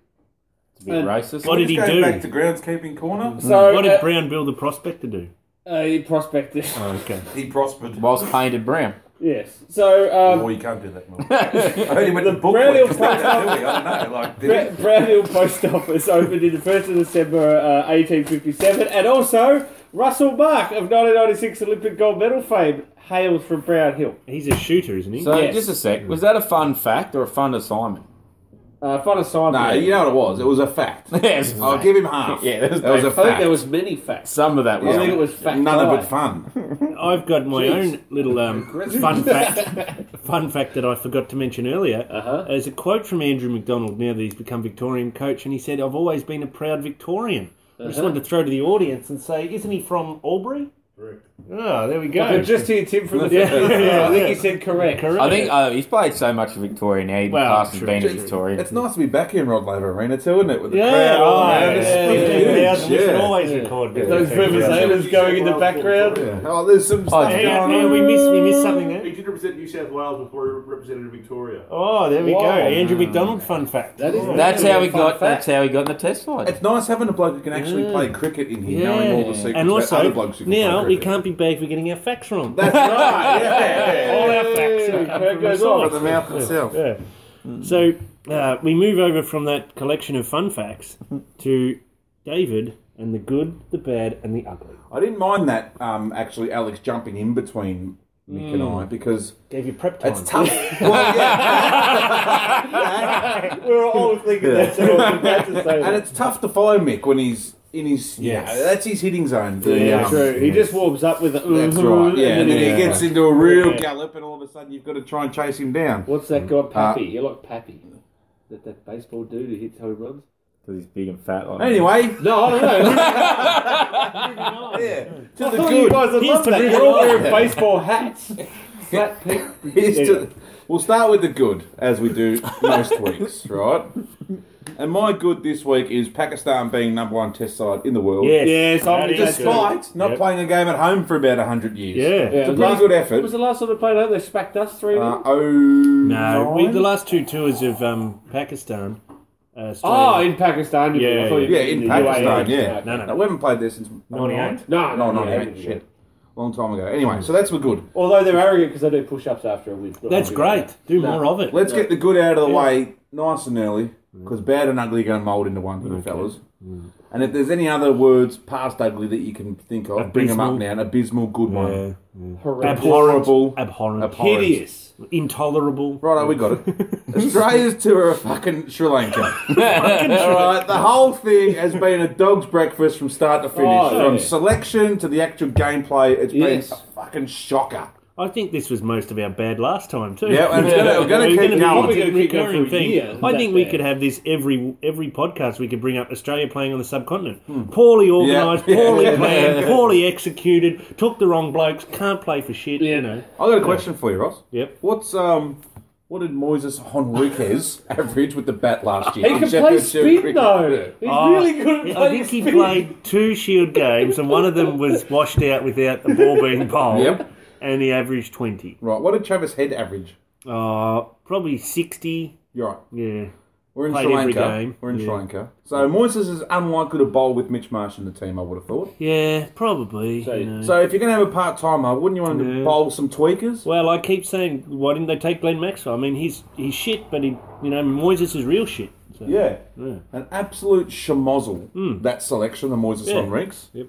Be racist. What did he Let's go back do? to groundskeeping corner. So What uh, did Brown Bill the prospector do? a prospector, Oh, okay. He prospered. Whilst painted brown. yes. So oh, um, you can't do that. Mark. I heard he went to Brown Hill Bookwood. Post I don't know. Like, did Bra- he? Brown Hill Post Office opened in the first of December uh, 1857, and also Russell Mark of 1996 Olympic gold medal fame hails from Brown Hill. He's a shooter, isn't he? So Yes. just a sec. Was that a fun fact or a fun assignment? Uh, fun assignment. No, you know what it was. It was a fact. Yes. I'll give him half. Yeah, that was that was a bad. I think fact. there was many facts. Some of that was. I think it was fact None of five. it fun. I've got my own little um, fun fact. Fun fact that I forgot to mention earlier Uh-huh. is a quote from Andrew McDonald. Now that he's become Victorian coach, and he said, "I've always been a proud Victorian." I Uh-huh. just wanted to throw to the audience and say, "Isn't he from Albury?" Oh, there we go. But just hear Tim from the Yeah. yeah. I think he said correct. Correct. I think uh, he's played so much for Victoria now. He'd be Well, classed as true, being a true. Victorian. It's nice to be back in Rod Laver Arena too, isn't it? With the yeah, crowd. oh, all around. yeah, It's yeah, fucking yeah, yeah, huge. we should Yeah. alwa's record. Yeah. Those representers going in the background. Yeah. Oh, there's some stuff yeah, Hey, going on. hey, we missed we missed something He there. did represent New South Wales before he represented Victoria. Oh, there we go. Wow. Andrew McDonald fun fact. That is- that's how we Fun got. fact. That's how we got in the test side. It's nice having a bloke who can actually play cricket in here, knowing all the secrets and about other also, blokes who can now play we cricket. can't be bad for getting our facts wrong. That's right. Yeah. All our facts Yeah. are That coming from goes the on. Out source. of the mouth itself. Yeah. So uh, we move over from that collection of fun facts to David and the good, the bad, and the ugly. I didn't mind that um, actually, Alex jumping in between Mick and I because Gave you prep time. it's tough. Well, yeah. We were all thinking that. So I was about to say and that. it's tough to follow Mick when he's in his. Yeah, Yes. that's his hitting zone. The, Yeah, um, true. He just warms up with a. That's right. Yeah, and then he he gets- gets into a real Yeah. gallop, and all of a sudden you've got to try and chase him down. What's that guy, Pappy? You're like Pappy. That, that baseball dude who hits home runs? Because he's big and fat. Like Anyway, No, I don't know. yeah, to the you good. guys would He's love the that. good You're all guy. wearing baseball hats. Flat peak. Here's to- we'll start with the good, as we do most weeks, right? And my good this week is Pakistan being number one test side in the world. yes. Yes, I'm That is good. Despite not Yep. playing a game at home for about 100 years. Yeah. Yeah, It's a the pretty last- good What was effort. the last time they played? out? They spacked us 3 Uh, nil. oh, No, we, the nine? last two tours of um, Pakistan. Uh, Oh, Australia- in Pakistan. you Yeah, mean. I thought you yeah, meant in the Pakistan, UAE. yeah. No, no, No, we haven't played there since 98? No, No, no, no, no. no, shit. Long time ago. Anyway, so that's the good. Although they're arrogant because they do push-ups after a win. That's great. Do more of it. Let's get the good out of the way nice and early, because bad and ugly are going to mould into one here, fellas. And if there's any other words past ugly that you can think of, bring 'em bring them up Abysmal. now. An abysmal good Yeah. one. Horrendous. Abhorrible. Abhorrent. Abhorrent. Hideous. Intolerable. Righto, oh, we got it. Australia's tour of fucking Sri Lanka. Alright, the whole thing has been a dog's breakfast from start to finish. Oh, from yeah. selection to the actual gameplay, it's Yes. been a fucking shocker. I think this was most of our bad last time too. Yeah, and it's gonna- we're gonna It's keep be going. a We're gonna keep going for a recurring thing. year. I That think we bad. could have this every every podcast. We could bring up Australia playing on the subcontinent. Poorly organised, Hmm. Yeah. poorly Yeah. planned, poorly executed. Took the wrong blokes. Can't play for shit. Yeah. You know. I got a question for you, Ross. Yep. What's um what did Moises Henriquez average with the bat last year? He in can play Championship spin cricket? though. He's really good at I playing think he spin. played two Shield games, and one of them was washed out without the ball being bowled. Yep. And he averaged twenty. Right, what did Travis Head average? Uh, probably sixty. You're right. Yeah. We're in Played Sri every Lanka. game. We're in Sri Yeah. Lanka. So Moises is unlikely to bowl with Mitch Marsh in the team, I would have thought. Yeah, probably. So- you know. So if you're going to have a part timer, wouldn't you want him to Yeah. bowl some tweakers? Well, I keep saying, why didn't they take Glenn Maxwell? I mean, he's he's shit, but he, you know, Moises is real shit. So, Yeah. yeah. Hmm. An absolute shamozzle, that selection, the Moises Yeah. on Reeks. Yep.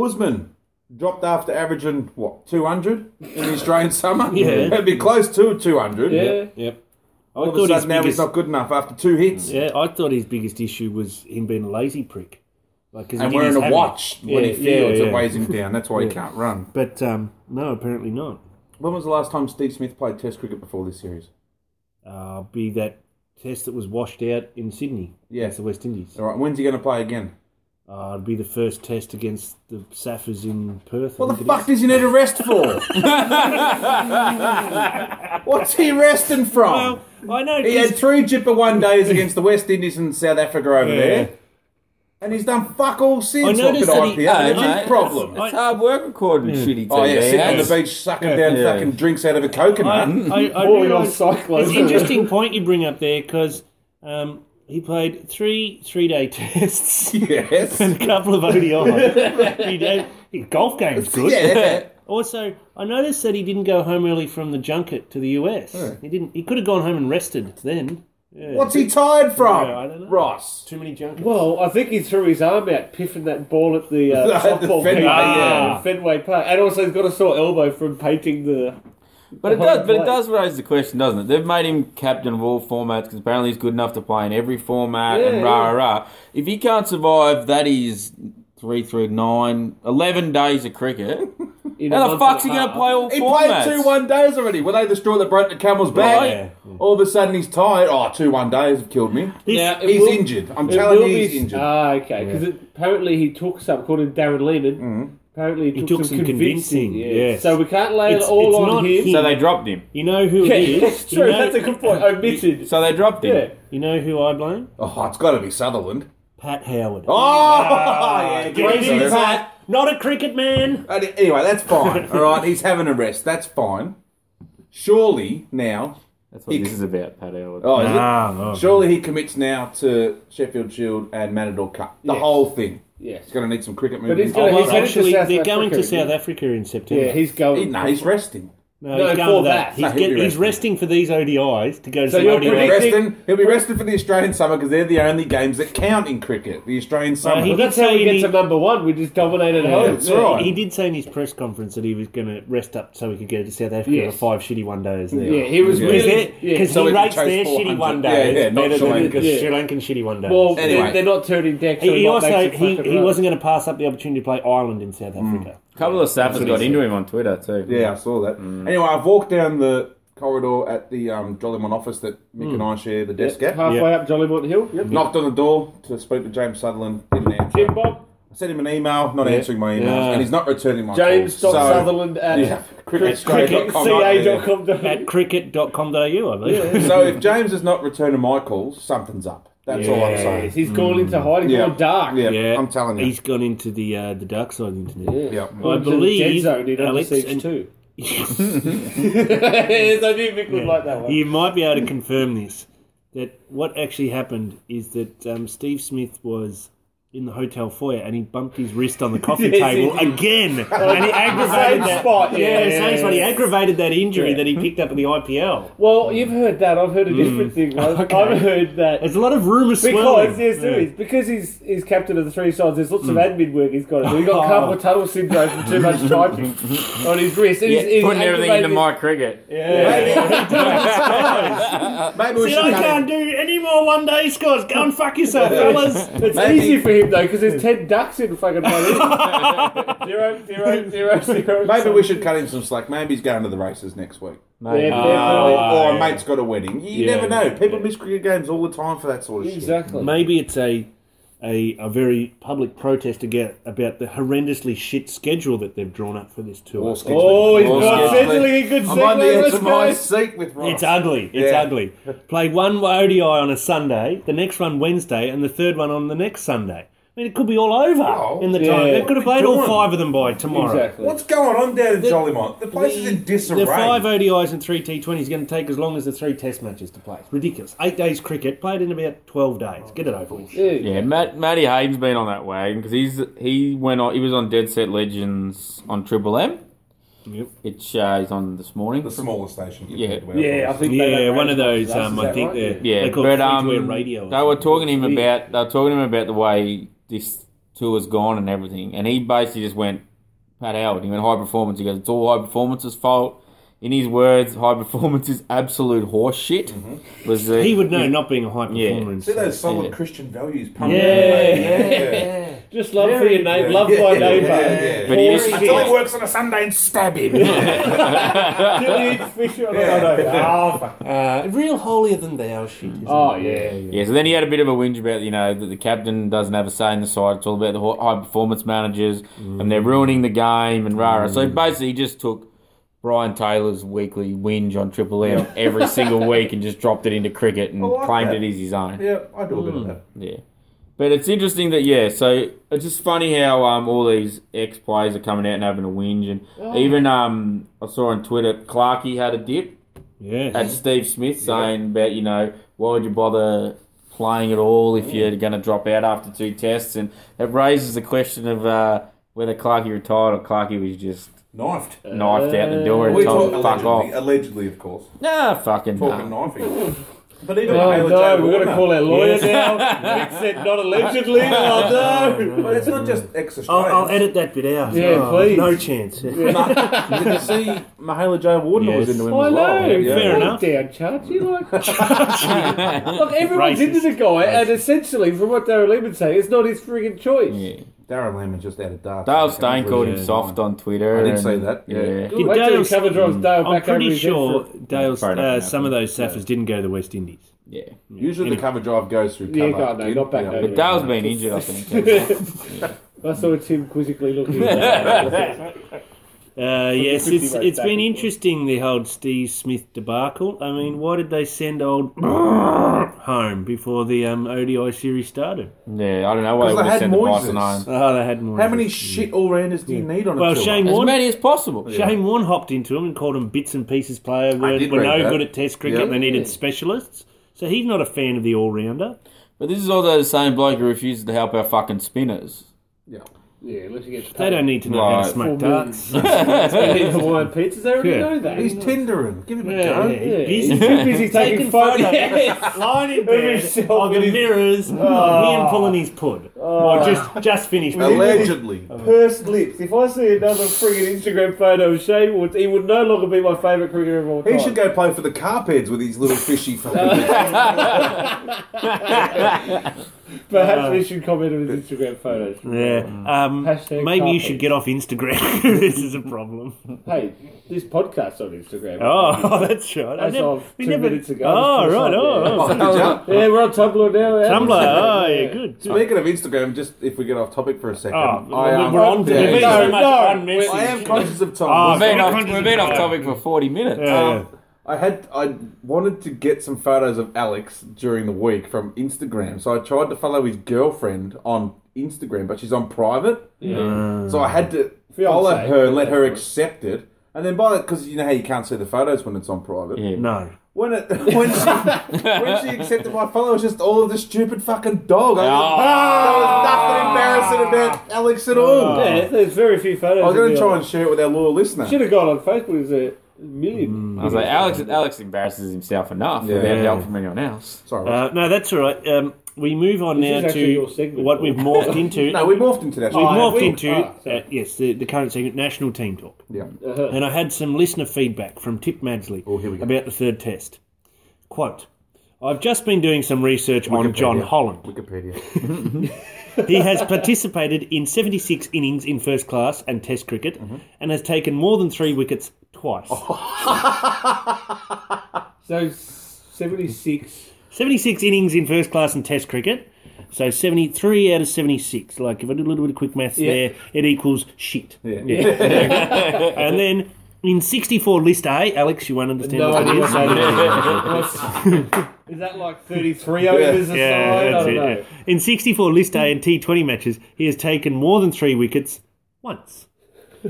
Usman dropped after averaging, what, 200 in the Australian summer? Yeah. It'd be close to 200. Yeah. Yep. I All of a thought his sudden now he's biggest, not good enough after two hits. yeah, I thought his biggest issue was him being a lazy prick, like 'cause he And did wearing his a habit. watch when he Yeah, yeah, fields, it yeah. weighs him down. That's why he can't run. But um, no, apparently not. When was the last time Steve Smith played Test cricket before this series? Uh, be that test that was washed out in Sydney Yeah. against the West Indies. All right, when's he going to play again? Uh, it'd be the first test against the Saffers in Perth. I What the think it fuck does he need a rest for? What's he resting from? is. Well, I know. he just- had three Jipper one days against the West Indies and South Africa over Yeah. there. And he's done fuck all since. I What noticed could that I he- be? Oh, That's mate. his problem. It's hard work recording shitty eh? TV. Oh yeah, sitting on the ads. beach sucking down Yeah. fucking drinks out of a coconut. Hmm. I, I Falling off realised- cyclones. It's an interesting point you bring up there because um, he played three three-day tests, a yes. couple of ODI. he did, his golf game's good. yeah. Also, I noticed that he didn't go home early from the junket to the US. Oh. He didn't. He could have gone home and rested then. Yeah. What's he tired from? Yeah, I don't know. Ross. Too many junkets. Well, I think he threw his arm out, piffing that ball at the uh, softball Fenway, field yeah. at Fenway Park, and also he's got a sore elbow from painting the. But it Hard does, but it play. does raise the question, doesn't it? They've made him captain of all formats because apparently he's good enough to play in every format and Yeah, rah yeah. rah rah. If he can't survive, that is three through nine, 11 days of cricket. In How the month and fuck's a he going to half. play all He formats? played two one days already. Were they the straw that broke the camel's back? Right. All of a sudden he's tired. Oh, two one days have killed me. Now, it He's will- injured. I'm it telling will you, he's be- injured. Ah, okay. Because apparently he took some, according to Darren Lehman, apparently he took, some, convincing. yeah. yes. So we can't lay It's- it all it's on not him. him. So they dropped him. You know who Yeah, it is. that's true. You know, That's a good point. Omitted. So they dropped him. yeah. you know who I blame? Oh, it's got to be Sutherland. Pat Howard. Oh, yeah, Get great it in, Sutherland. Pat. Not a cricket man. Uh, Anyway, that's fine. All right, he's having a rest. That's fine. Surely now. That's what He- this is about, Pat Howard. Oh, is it? Ah, Surely he commits now to Sheffield Shield and Matador Cup. The Yes. whole thing. Yes. He's going to need some cricket But he's movement. Oh, gonna- Oh, well, he's going to actually, South they're going to Africa, South yeah. Africa in September. Yeah, he's going. He- no, he's resting. no, no, he's going for to that. that. He's, No, he'll get- be he's resting for these ODIs to go to So the you're He'll be ODI. predicting- resting. He'll be resting for the Australian summer because they're the only games that count in cricket. The Australian summer. he Well, that's He's how we saying get to he- number one. We just dominate at home. that's right. He did say in his press conference that he was going to rest up so he could go to South Africa Yes. for five shitty one days there. Yeah, he was Yeah. Because really. they- Yeah. 'cause So he he can rates chase their shitty 400. one days Yeah, yeah, not better Sri than Lanka's. the Yeah. Sri Lankan shitty one days. Well, Anyway. they're, they're not turning decks. he, so he might make also some he, fucking he run. wasn't going to pass up the opportunity to play Ireland in South Africa. A couple of sappers got into him on Twitter, too. Yeah, I saw that. Mm. Anyway, I've walked down the corridor at the um, Jolimont office that Mick Mm. and I share the desk at. halfway Yeah. up Jollymont Hill. Yep. Knocked on the door to speak to James Sutherland. Didn't answer. Jim Bob, Sent him an email, not answering my emails, Yeah. and he's not returning my James calls. So- Sutherland at Yeah, cricketaustralia.com. cricketca.com. At cricket.com.au, I believe. So if James is not returning my calls, something's up. That's all I'm Yes, saying. He's gone into hiding. Mm. Yeah. Gone dark. Yeah, Yeah, I'm telling you. He's gone into the uh, the dark side of the internet. yeah. I Gone to the dead believe zone in Alex Alex and- too. yes, I knew Mick would like that one. You might be able to confirm this. That what actually happened is that um, Steve Smith was in the hotel foyer and he bumped his wrist on the coffee Yes, he table did. again, and he aggravated Same that. Yeah, spot, yeah, same yeah, spot. He yeah. aggravated that injury Yeah. that he picked up at the IPL. Well, you've heard that. I've heard a different thing. I've, Mm. Okay. I've heard that. There's a lot of rumours swirling. Because yes, there is. Because he's he's captain of the three sides. There's lots of Mm. admin work he's got. to do. He got Oh. carpal tunnel syndrome from too much typing on his wrist. And Yeah, he's, he's putting everything activated- into my cricket. Maybe, Uh, maybe we See, should I cut can't him. do any more one day scores. Go and fuck yourself, fellas. It's Maybe- easy for him though because there's ten ducks in fucking one. zero, zero, zero, zero. Maybe we should cut him some slack. Maybe he's going to the races next week. Yeah, Mate. definitely. or a mate's got a wedding. You Yeah, never know. People yeah. miss cricket games all the time for that sort of shit. Exactly. Maybe it's a a, a very public protest again about the horrendously shit schedule that they've drawn up for this tour. Or Skidgley. Oh, he's Or not Skidgley. settling a good I'm on the segue. edge Let's of my go. seat with Ross. It's ugly. It's Yeah. ugly. Play one ODI on a Sunday, the next one Wednesday, and the third one on the next Sunday. I mean, it could be all over Oh, in the yeah. time. They could have played all Doing. five of them by tomorrow. Exactly. What's going on down in Jolimont? The place is in disarray. The five ODIs and three T20s is going to take as long as the three Test matches to play. It's ridiculous. Eight days cricket played in about twelve days. Get it over with. Yeah. Yeah, Matt, Matty Hayden's been on that wagon because he's he went on. He was on Dead Set Legends on Triple M, Yep. which uh, he's on this morning. the smaller station. Yeah. Yeah, I think they Yeah, don't one of raise those. prices, Um, is I that think right? they're Yeah, they call but it um, free-to-air radio. or they were something. talking to him about they were talking to him about the way this tour's gone and everything, and he basically just went Pat Howard. He went high performance. He goes, it's all high performance's fault. In his words, high performance is absolute horseshit. Was the, Mm-hmm. He would know, not being a high Yeah. performance. See those solid Yeah. Christian values pumping Yeah. Just love for your neighbour. Love Yeah, thy yeah, neighbour. yeah, yeah. But he is- Or Until he works on a Sunday and stab him. Did he eat fish? I don't know. Oh, fuck. Uh, real holier than thou shit. isn't Oh, it? yeah. Yeah, so then he had a bit of a whinge about, you know, that the captain doesn't have a say in the side. It's all about the ho- high performance managers and they're ruining the game and rah rah. So Mm. basically, he just took Brian Taylor's weekly whinge on Triple M every single week and just dropped it into cricket and Oh, I like claimed that. it as his own. yeah, I do a bit of that. Yeah. But it's interesting that, yeah, so it's just funny how um, all these ex players are coming out and having a whinge. And Oh. even um, I saw on Twitter, Clarkey had a dip Yeah. at Steve Smith saying about, you know, why would you bother playing at all if you're Mm. going to drop out after two tests? And it raises the question of uh, whether Clarkey retired or Clarkey was just Knifed. knifed out the door Uh, we and talk told to fuck allegedly, off. allegedly, of course. Nah, fucking nah. Talking knifing. But even Oh, Taylor no, J. we're going to Warner- call our lawyer now. Mick said not allegedly. Oh, no. But it's not just ex I'll, Australians. I'll edit that bit out. Yeah, Oh, please. No chance. Did you see Mahala J. Warden Yes. was into him I as know. well? yeah. Fair Calm enough. Down, Chachi. Like, look, everyone's Racist. into the guy, and essentially, from what Darren Lehman's saying, it's not his frigging choice. Yeah. Darren Lehman's just out of dark. Dale Steyn called him Yeah. soft on Twitter. I did and- say that, yeah. Ooh, Wait till Dale's- he cover drives Mm. Dale I'm back over pretty his head sure for- Dale's, Probably not uh, gonna some of those Saffers didn't go to the West Indies. Yeah. yeah. Usually the cover drive goes through Yeah, cover. God, no, kid. not back yeah. over. But Dale's been injured, I think. I saw Tim quizzically looking. at Uh, yes, quickly it's wrote it's back been and forth. interesting the old Steve Smith debacle. I mean, why did they send old home before the um, ODI series started? Yeah, I don't know why 'Cause they they would have had sent the Bison Moises. home. Oh, they had more. How many shit all rounders do you need on a Well, tour? Shane As Warne, many as possible. Shane Warne hopped into him and called him bits and pieces player. Were, did were read no that. good at Test cricket. Yeah. They needed specialists. So he's not a fan of the all rounder. But this is also the same bloke who refuses to help our fucking spinners. Yeah. yeah, unless you get They don't need to know how to Right. smoke darts. They need Hawaiian pizzas. They already Yeah. know that. He's tendering. Give him a Yeah, go. yeah. Yeah, He's he's too busy taking photos. Yes, lying in bed himself of the with his- mirrors, Oh. him pulling his pud. Or just just finished. Allegedly. Oh, Pursed lips. If I see another friggin' Instagram photo of Shane Woods, he would no longer be my favourite cricketer of all time. He should go play for the Carpeds with his little fishy fucking. Perhaps Uh, we should comment on his Instagram photos. Yeah. Um, Hashtag maybe you carpet. should get off Instagram. this is a problem. Hey, this podcast's on Instagram. Oh, that's right. I That's never- off we two never- minutes ago. Oh, It's right. just Oh, like, oh. Tumblr. yeah, we're on Tumblr now. eh? Tumblr. Oh, yeah, good. good. Speaking of Instagram, just if we get off topic for a second, Oh, I, um, we're on to yeah, there's been so exactly. much no, on we- message. I am conscious of time. Oh, We've been man, Um, off, Hundred we've been off percent. topic for 40 minutes. Yeah, yeah. I had I wanted to get some photos of Alex during the week from Instagram, so I tried to follow his girlfriend on Instagram, but she's on private. So I had to follow Fiancé. her, let her accept it, and then by because you know how you can't see the photos when it's on private. Yeah. No. When it when she, when she accepted my follow, it was just all of the stupid fucking dog. I, Ah. There was nothing embarrassing about Alex at all. Oh, Ah. Yeah, there's very few photos. I was of going you. to try and share it with our loyal listener. Should have gone on Facebook. There's a million. Mm. I was like, Alex, Alex embarrasses himself enough Yeah. without help from anyone else. Sorry. Ah. Uh, no, that's all right. Um, we move on This is now actually your to segment, what we've morphed into. no, we morphed into that. We've morphed we- into, ah, uh, yes, the, the current segment, National Team Talk. Yeah. And I had some listener feedback from Tip Madsley Oh, here we go. about the third test. Quote I've just been doing some research on Wikipedia. John Holland. Wikipedia. He has participated in 76 innings in first class and test cricket Mm-hmm. and has taken more than three wickets twice. Oh." So seventy six. 76 innings in first class and test cricket. So 73 out of 76. Like, if I do a little bit of quick maths there, it equals shit. Yeah. And then in 64 list A, Alex, you won't understand No what that idea is. what that is. Is that like thirty three overs a side? Yeah, I that's don't it. know. yeah. In 64 List A and T20 matches, he has taken more than three wickets once.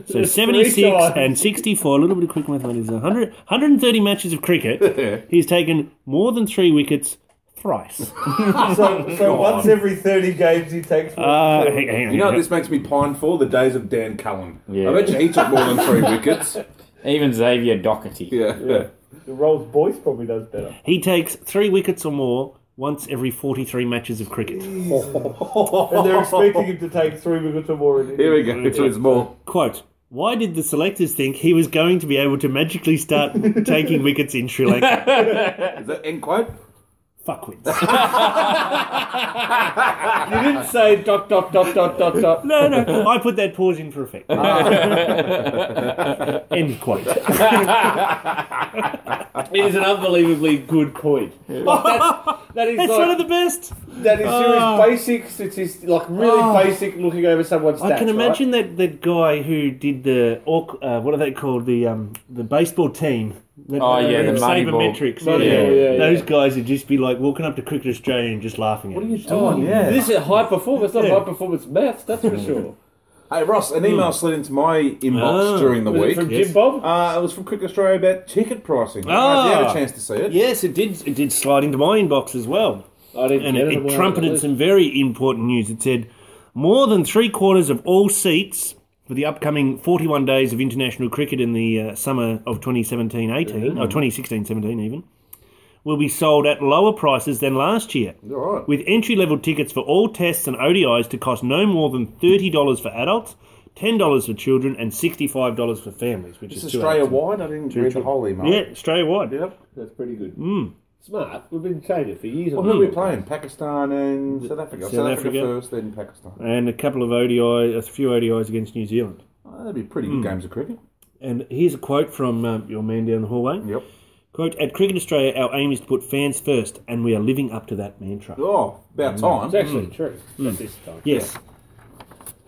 So 76 times. and 64, a little bit of quick math, that is 100, 130 matches of cricket. He's taken more than three wickets thrice. So, so once every thirty games, he takes. Uh, hang- hang on, hang You know what on. this makes me pine for? The days of Dan Cullen. Yeah. I bet you he took more than three wickets. Even Xavier Doherty. Yeah. yeah. the Rolls Boyce probably does better. He takes three wickets or more once every 43 matches of cricket. And they're expecting him to take three wickets or more. In Here we go. It's more. Quote Why did the selectors think he was going to be able to magically start taking wickets in Sri Lanka? Is that end quote? Fuckwits. You didn't say dot dot dot dot dot dot. No, no. I put that pause in for effect. Ah. End quote. It is an unbelievably good point. Like, that's, that is That's like, one of the best. that is Oh. serious basics. It's his, like really Oh. basic looking over someone's stats. I can imagine that that guy who did the orc, uh, what are they called the um, the baseball team. That, Oh, yeah, the Moneyball. sabermetrics. Moneyball, yeah, yeah. Those guys would just be like walking up to Cricket Australia and just laughing. What at What are us. you doing? yeah. Right? This is high performance, not Oh, Yeah. high performance maths. That's for sure. Hey Ross, an email slid into my inbox Ah. during the Was it week. from Yes. Jim Bob? uh, it was from Cricket Australia about ticket pricing. I don't know if you had Ah. a chance to see it. Yes, it did. It did slide into my inbox as well, I didn't and get it, it. it trumpeted some very important news. It said more than three quarters of all seats for the upcoming 41 days of international cricket in the uh, summer of 2017-18 or 2016-17 even will be sold at lower prices than last year. All right. with entry level tickets for all tests and ODIs to cost no more than $30 for adults, $10 for children, and $65 for families, which It's is Australia $2. wide. I didn't read the whole email. Yeah, Australia wide. Yep. That's pretty good. Smart. We've been saying it for years. Well, who are hmm. we playing? Pakistan and South Africa. South, Africa, Africa. first, then Pakistan. And a couple of ODI, a few ODIs against New Zealand. Oh, that'd be pretty good games of cricket. And here's a quote from um, your man down the hallway. Yep. Quote, at Cricket Australia, our aim is to put fans first, and we are living up to that mantra. Oh, about time. It's actually Hmm. true at this time. Yes.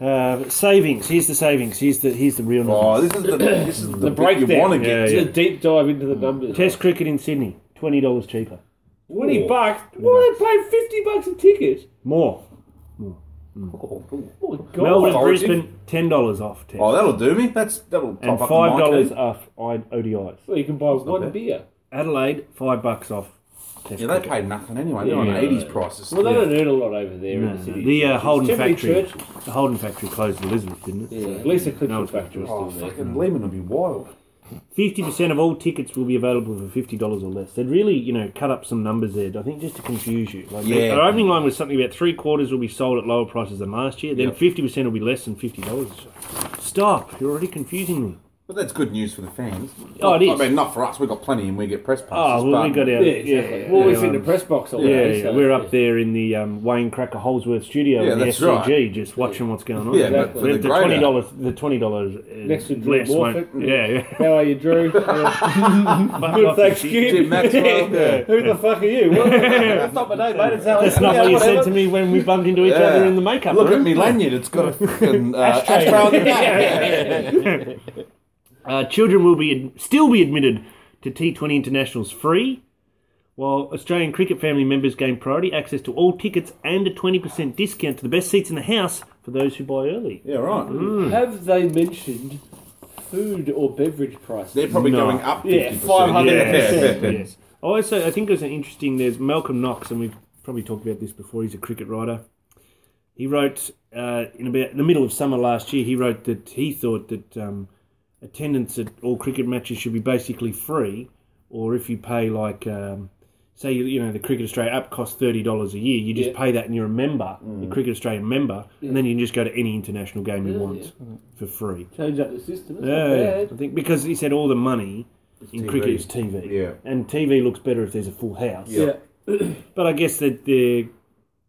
Uh, savings. Here's the savings. Here's the here's the real numbers. Oh, this is the this is the, bit you breakdown. want to get Yeah, to. It's a deep dive into the numbers. Hmm. Test cricket in Sydney, twenty dollars cheaper. 20 bucks? Why are they paying 50 bucks a ticket? More. Oh, my God. Melbourne, Origin. Brisbane, ten dollars off test, Oh, that'll do me. That's that'll top and up to five my dollars team. off I- ODIs. Well, you can buy one bad. beer. Adelaide, five bucks off. Test Yeah, they cricket. paid nothing anyway. They're on Yeah. eighties prices. Well, they don't earn a lot over there in the city. The uh, Holden Too many factory. churches. The Holden factory closed in Elizabeth, didn't it? At least the Clipper No, it's factory is Oh, still there. fucking Lehman would be wild. Fifty percent of all tickets will be available for fifty dollars or less. They'd really, you know, cut up some numbers there. I think just to confuse you. Like Yeah. their opening line was something about three quarters will be sold at lower prices than last year. Then fifty percent will be less than fifty dollars. Stop! You're already confusing me. But that's good news for the fans. Oh, it is. I mean, not for us. We got plenty, and we get press passes. Oh, well, but we got Yeah, our exactly. well, we've in the press box all Yeah, day, yeah, so- we're up there in the um, Wayne Cracker Holsworth studio Yeah, in the that's SCG, right. just watching what's going on. Yeah, but for the, the the greater- twenty dollars, the twenty dollars uh, Next to Drew Morfitt. Yeah, yeah. How are you, Drew? Yeah. Good, thanks, Jim Jim. Maxwell. yeah. Who the fuck are you? Well, that's not my name, mate. It's Alex. That's not Yeah, what you whatever. said to me when we bumped into each Yeah. other in the makeup Look at room. me lanyard. It's got a fucking uh, ashtray on the back. Uh, children will be ad- still be admitted to T20 internationals free, while Australian cricket family members gain priority access to all tickets and a twenty percent discount to the best seats in the house for those who buy early. Yeah, right. Mm. Have they mentioned food or beverage prices? They're probably No. going up. 50%. Yeah, 500%. Yeah, yeah, yeah. yes. Also, I think there's an interesting. There's Malcolm Knox, and we've probably talked about this before. He's a cricket writer. He wrote uh, in about the middle of summer last year. He wrote that he thought that um, attendance at all cricket matches should be basically free, or if you pay like. Um, Say you know the Cricket Australia app costs thirty dollars a year. You just Yeah. pay that, and you're a member, a Cricket Australia member, and then you can just go to any international game you want for free. Change up the system. That's not Yeah, bad. I think because he said all the money in TV. cricket is TV. Yeah. And TV looks better if there's a full house. Yeah. But I guess that they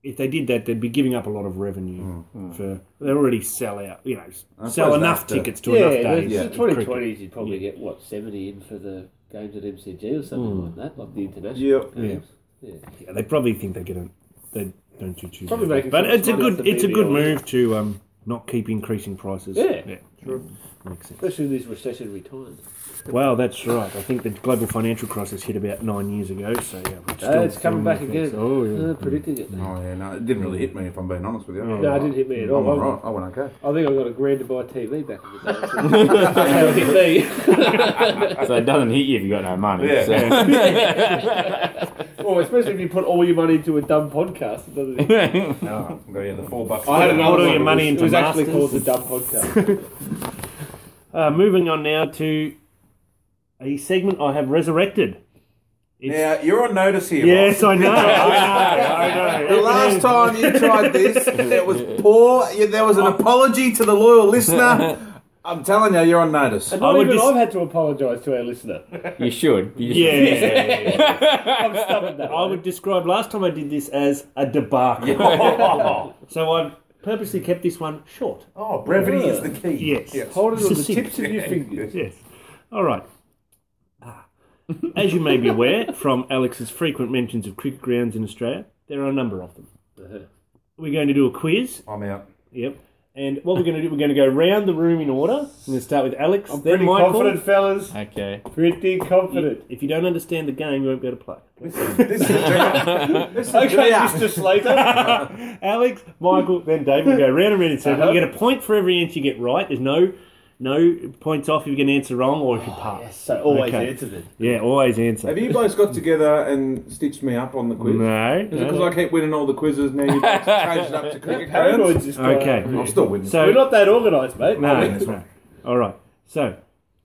if they did that, they'd be giving up a lot of revenue Mm. for. They already sell out, you know, sell Mm. suppose enough after- tickets to Yeah, enough days. yeah. of the 2020s, cricket. you'd probably get, what, 70 in for the games at MCG or something like that, like the international Yep. games. Hmm. Yeah, they probably think they get a. They don't do too Probably bad. making But some it's a money off good, the it's a good BBL. move to um, not keep increasing prices. Yeah. Makes sense. Especially in this recessionary time. Well, that's right. I think the global financial crisis hit about nine years ago. So yeah, we're still it's feeling coming back the again. effects. Oh yeah. Uh, predicting it. Oh yeah, no, it didn't really hit me if I'm being honest with Mm. you. No, it didn't hit me at I'm all. alright. I went okay. I think I got a grand to buy a TV back in the day. Hit So it doesn't hit you if you got no money. Yeah. so- me. Well, especially if you put all your money into a dumb podcast. it doesn't hit. No, I'm going to get the four bucks. I had another Put all one. your money It was into actually called the Masters. dumb podcast. Uh, moving on now to a segment I have resurrected. Now you're on notice here. Yes, Ross. I know. I know. I know. The last Oh. time you tried this, it was poor. You- There was an apology to the loyal listener. I'm telling you, you're on notice. And not I would even just- I've had to apologise to our listener. You should. You just- Yeah, yeah. I'm stubborn that I way. would describe last time I did this as a debacle. so I've purposely kept this one short. Oh, brevity is the key. Yes. Hold it on the Succinct. tips of your fingers. Yes. All right. Ah. As you may be aware from Alex's frequent mentions of cricket grounds in Australia, there are a number of them. Uh-huh. We're going to do a quiz. I'm out. Yep. And what we're going to do, we're going to go round the room in order. We're going to start with Alex, then Pretty Michael. confident, fellas. Okay. Pretty confident. If you don't understand the game, you won't be able to play. This is this is Okay, yeah. Mr. Slater. Alex, Michael, then Dave. We'll go round and round in circles. You get a point for every answer you get right. There's no no points off if you get an answer wrong or if you pass. so always Okay. answer them. Yeah, always answer. Have you guys got together and stitched me up on the quiz? No. Is it no. because I keep winning all the quizzes now you've changed it up to cricket Paranoid's grounds? just Okay. gone. I'm still winning. So We're not that organised, mate. No, win that's this right. All right. So,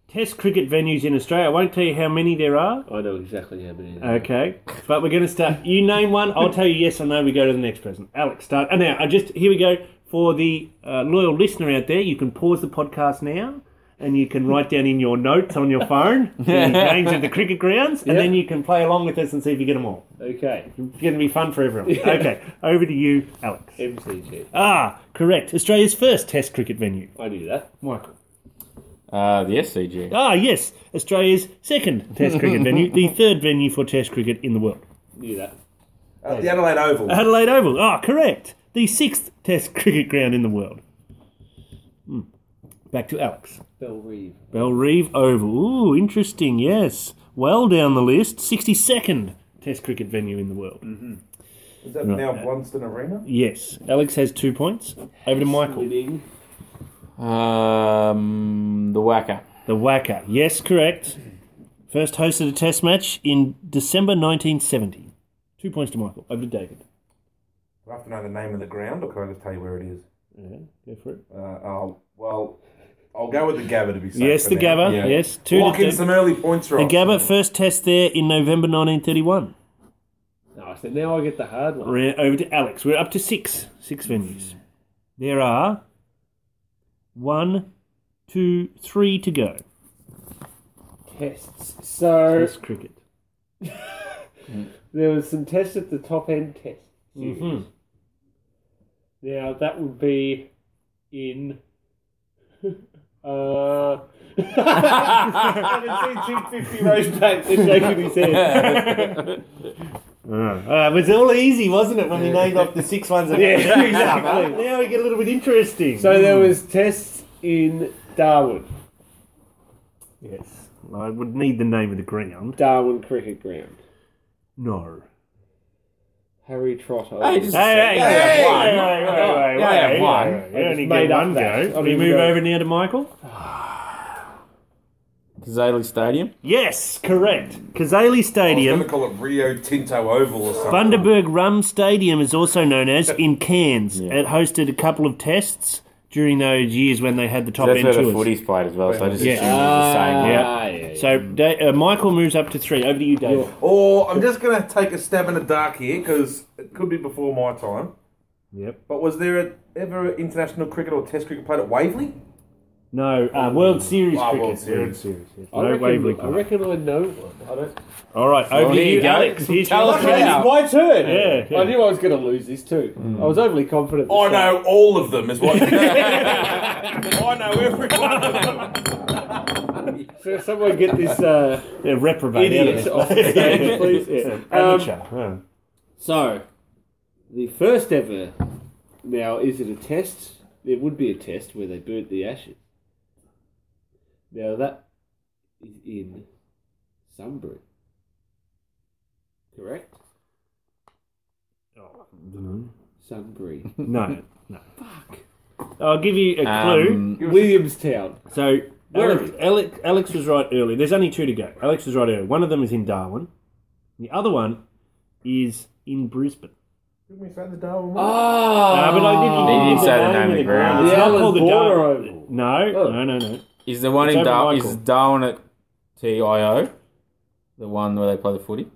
test cricket venues in Australia. I won't tell you how many there are. I know exactly how many. Okay. But we're going to start. You name one, I'll tell you yes or no. We go to the next person. Alex, start. And now, I just here we go. For the uh, loyal listener out there, you can pause the podcast now. And you can write down in your notes on your phone the names of the cricket grounds, and Yep. then you can play along with us and see if you get them all. Okay. It's going to be fun for everyone. Okay, over to you, Alex. MCG. Ah, correct. Australia's first Test cricket venue. I knew that. Michael. Uh, the SCG. Ah, yes, Australia's second Test cricket venue, the third venue for Test cricket in the world. Knew that. Uh, the Adelaide Oval. Adelaide Oval. Ah, correct. The sixth Test cricket ground in the world. Hmm. Back to Alex. Bell Reeve. Belrive Oval. Ooh, interesting. Yes, well down the list. Sixty-second Test cricket venue in the world. Is that now Blunston Arena? Yes, Alex has two points. Over to Michael. Winning. Um, the Wacker. The Wacker. Yes, correct. First hosted a Test match in December 1970. Two points to Michael. Over to David. Do I have to know the name of the ground or can I just tell you where it is? Yeah, go for it. Uh, oh, well, I'll go with the Gabba to be safe. Yes, for the now. Gabba. Yeah. Yes, two Lock to in two. some early points, The Rob. Gabba first test there in November 1931. Nice. And now I get the hard one. We're over to Alex. We're up to six. Six venues. There are one, two, three to go. Tests. So Test cricket. there was some tests at the top end test. series. Now that would be in. uh, I haven't seen 250 race back. They're shaking his head. Uh, it was all easy, wasn't it, when we named off the six ones? Yeah, exactly. Now we get a little bit interesting. So there was tests in Darwin, yes, I would need the name of the ground. Darwin Cricket Ground. No. Harry Trotter. Ah, Hey, just- Hey, hey, hey, Hey! hey, hey, hey, Yeah, hey, yeah, one. hey, hey, hey, You I only just made get up one that. go. I We didn't move go- over now to Michael. Kazali Stadium. Yes, correct. Kazali I was going to Stadium, call it Rio Tinto Oval or something. Bundaberg Rum Stadium is also known as in Cairns. Yeah. It hosted a couple of tests during those years when they had the top That's end where the tours. footy's played as well, so I just Yeah. assumed it was the same. Yeah. So da- uh, Michael moves up to three. Over to you, Dave. Or I'm just going to take a stab in the dark here because it could be before my time. Yep. But was there a, ever international cricket or Test cricket played at Waverley? No, uh, World Series Ah, cricket. World Series. yeah. I, No reckon, Waverley. I Park. reckon I know one. I don't. All right, over there to you, you go. Alex. Here's Tell your us turn. what- It's my turn. Yeah, yeah. I knew I was going to lose this too. I was overly confident. I this time. know all of them is what. I know every one of them. So someone get this uh, Yeah, reprobate. idiot off the stage, please. Yeah. Um, Amateur. yeah. so, the first ever. Now, is it a test? There would be a test where they burnt the ashes. Now that is in Sunbury, correct? Oh. Sunbury, No, no. Fuck. I'll give you a clue. Um, Williamstown. So Where Alex, Alex, Alex was right earlier. There's only two to go. Alex was right earlier. One of them is in Darwin. The other one is in Brisbane. Ah! Uh, but I didn't They give you didn't say the name of name of the the ground. ground. It's The not Alan called the Border Darwin. Oval. No, Oh. no, no, no. is the one It's in over Darwin? Michael. Is Darwin at TIO? The one where they play the footy.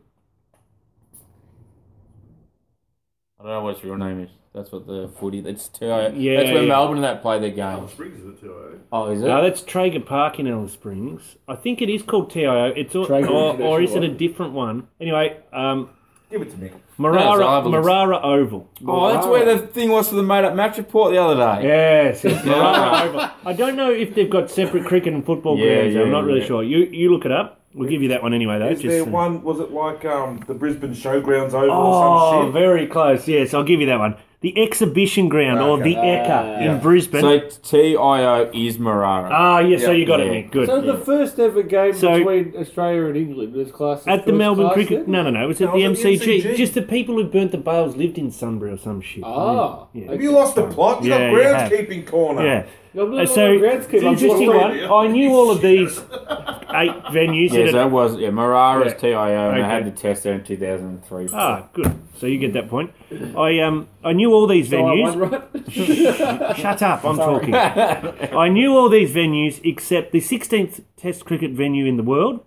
I don't know what its real name is. That's what the footy. It's TIO. Yeah, That's where yeah. Melbourne and that play their games. Oh, Springs is it too, eh? Oh, is it? No, that's Traeger Park in Alice Springs. I think it is called TIO. It's all, Traeger or, or is it International a different one? Anyway, um, Give it to Mick. Marara, No, it's Oval. Marara Oval. oh, that's where the thing was for the made-up match report the other day. Yes, yes, Marara Oval. I don't know if they've got separate cricket and football Yeah, grounds. I'm yeah, not really yeah. sure. You you look it up. We'll give you that one anyway, though. Is just, there uh, one? Was it like um, the Brisbane Showgrounds Oval or Oh, some shit? very close. Yes, I'll give you that one. The exhibition ground or Okay. the Eka in yeah. Brisbane. So TIO is Marara. ah, yes, so Yeah. you got it, Yeah. Nick. Good. So the first ever game So- between Australia and England was classed as at the first Melbourne class Cricket. then? No, no, no. It was at No, the it was at the MCG. MCG. Just the people who burnt the bales lived in Sunbury or some shit. Ah, Yeah. Have you lost the plot? You Yeah, got you have. groundskeeping corner. Yeah. I'm Oh, not Uh, so on the grounds, it's kid. an I'm interesting sorry. one. I knew all of these eight venues. Yeah, that so that was yeah. Marara's Yeah. TIO, and I Okay. had the test there in 2003. ah, good. So you get that point. I um I knew all these So I venues. won, right? Shut up, I'm talking. I knew all these venues except the 16th Test cricket venue in the world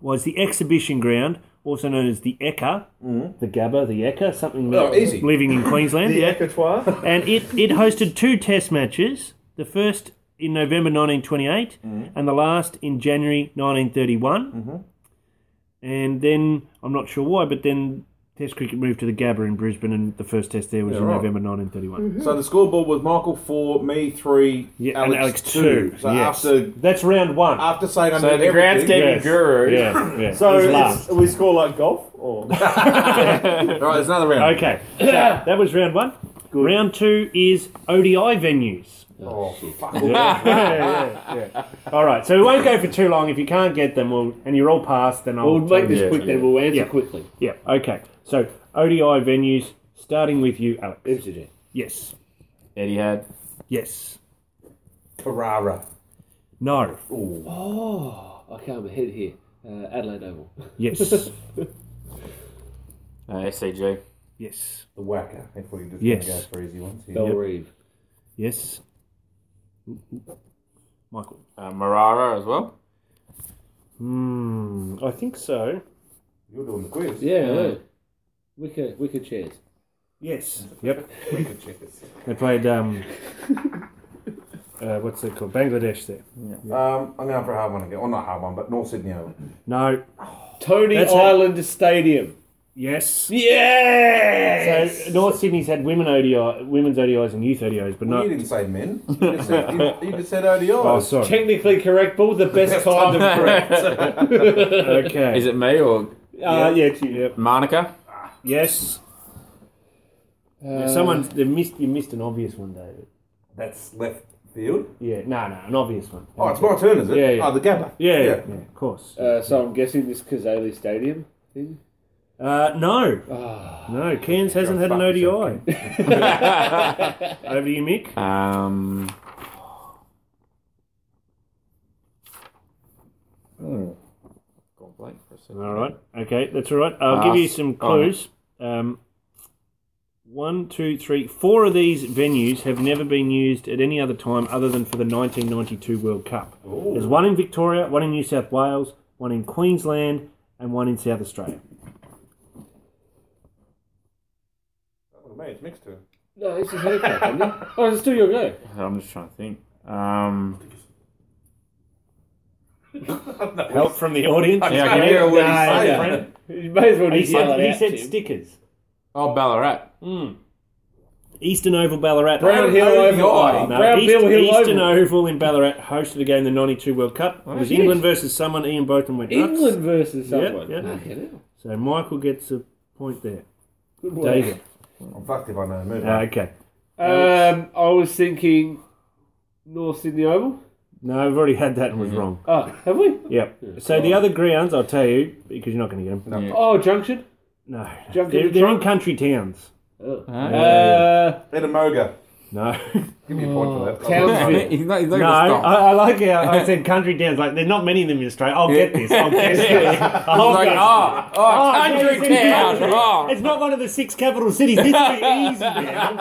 was the Exhibition Ground, also known as the Eka, Mm-hmm. the Gabba, the Eka, something Oh, easy. living in Queensland. The yeah. Ecotoire. And it, it hosted two Test matches, the first in November 1928 Mm-hmm. and the last in January 1931. And then, I'm not sure why, but then Test cricket moved to the Gabba in Brisbane and the first Test there was in right. November 1931. So the scoreboard was Michael four, me three, Yeah, Alex, and Alex two. two. So yes. after that's round one. after saying I So knew the everything, groundskeeping Yes. guru. yeah, yeah. So It was it's, last. we score like golf, or Right, there's another round. okay, so that was round one. Round two is ODI venues. Oh, fuck. yeah, yeah, yeah. All right, so we won't go for too long. If you can't get them, we'll, and you're all past, then I'll We'll make this tell you. quick then. We'll answer Oh, Yeah. quickly. Yeah, okay. So ODI venues, starting with you, Alex. MCG. Yes, Eddie had. yes, Carrara. no, Oh, I can't my head here. Uh, Adelaide Oval. yes, Uh, SCG. yes, The whacker, if we just Yes. go for easy ones. Here. Bell Reeve. yes. Michael. Uh, Marara as well. Hmm, I think so. You're doing the quiz. Yeah, I know. Wicker, wicker chairs. Yes. Yep. They played um, uh, what's it called? Bangladesh there. Um, I'm going for a hard one again. Or not a hard one, but North Sydney Oval. No. Tony That's how- Island Stadium. Yes. Yeah. So North Sydney's had women ODI, women's ODIs and youth ODIs, but You no. didn't say men. You just said, you, you just said ODI. Oh, sorry. Technically correct, but the best kind of correct. Okay. Is it me or Uh, yeah, it's you. Monica? yes. Uh, Yeah, someone they missed. You missed an obvious one, David. That's left field. Yeah. No, no, an obvious one. Oh, it's my turn, is it? Yeah, yeah. Oh, the Gabba. yeah, yeah, yeah, of course. Uh, so I'm guessing this Kazali Stadium. thing? Uh, no, Ah. no. Cairns hasn't had an fuck ODI. yourself, Over to you, Mick. Um. Hmm. Gone blank for a second. All right. Okay, that's all right. I'll give you Pass. some Oh. clues. Um, one, two, three, four of these venues have never been used at any other time other than for the 1992 World Cup. There's one in Victoria, one in New South Wales, one in Queensland, and one in South Australia. Oh, mate, it's mixed turn. No, it's a haircut, isn't it? Oh, it's still your go. I'm just trying to think. Um. Help from the audience. Yeah, I can hear what he's Nah, saying. friend. You may as well He just yell said, it he out, said Tim. stickers. Oh, Ballarat. Eastern Oval Ballarat. Brown Hill Oh, Oval. God. No, Brown East- Bill Hill Eastern Oval. Oval in Ballarat hosted a game in the 92 World Cup. it was shit. England versus someone. Ian Botham went nuts. England versus Yeah, someone. Ah, yeah. Fucking hell. So Michael gets a point there. Good Oh, work. David. I'm fucked if I know the move. Ah, okay. Um, I was thinking North Sydney Oval. No, I've already had that and was wrong. Oh, have we? Yep. So the other grounds, I'll tell you, because you're not going to get them. No. Oh, Junction. No. Jump in They're, the they're in trunk. country towns. Ah, Uh, Edamoga. No. Give me a point for that. Townsville. He's not, he's no, not gonna stop. I, I like how I said country towns. Like, there's not many of them in Australia. I'll get this. I'll get this. I'll Like, get- oh, oh, Oh, country yes, it's town. country. Oh. It's not one of the six capital cities. This will be easy, man.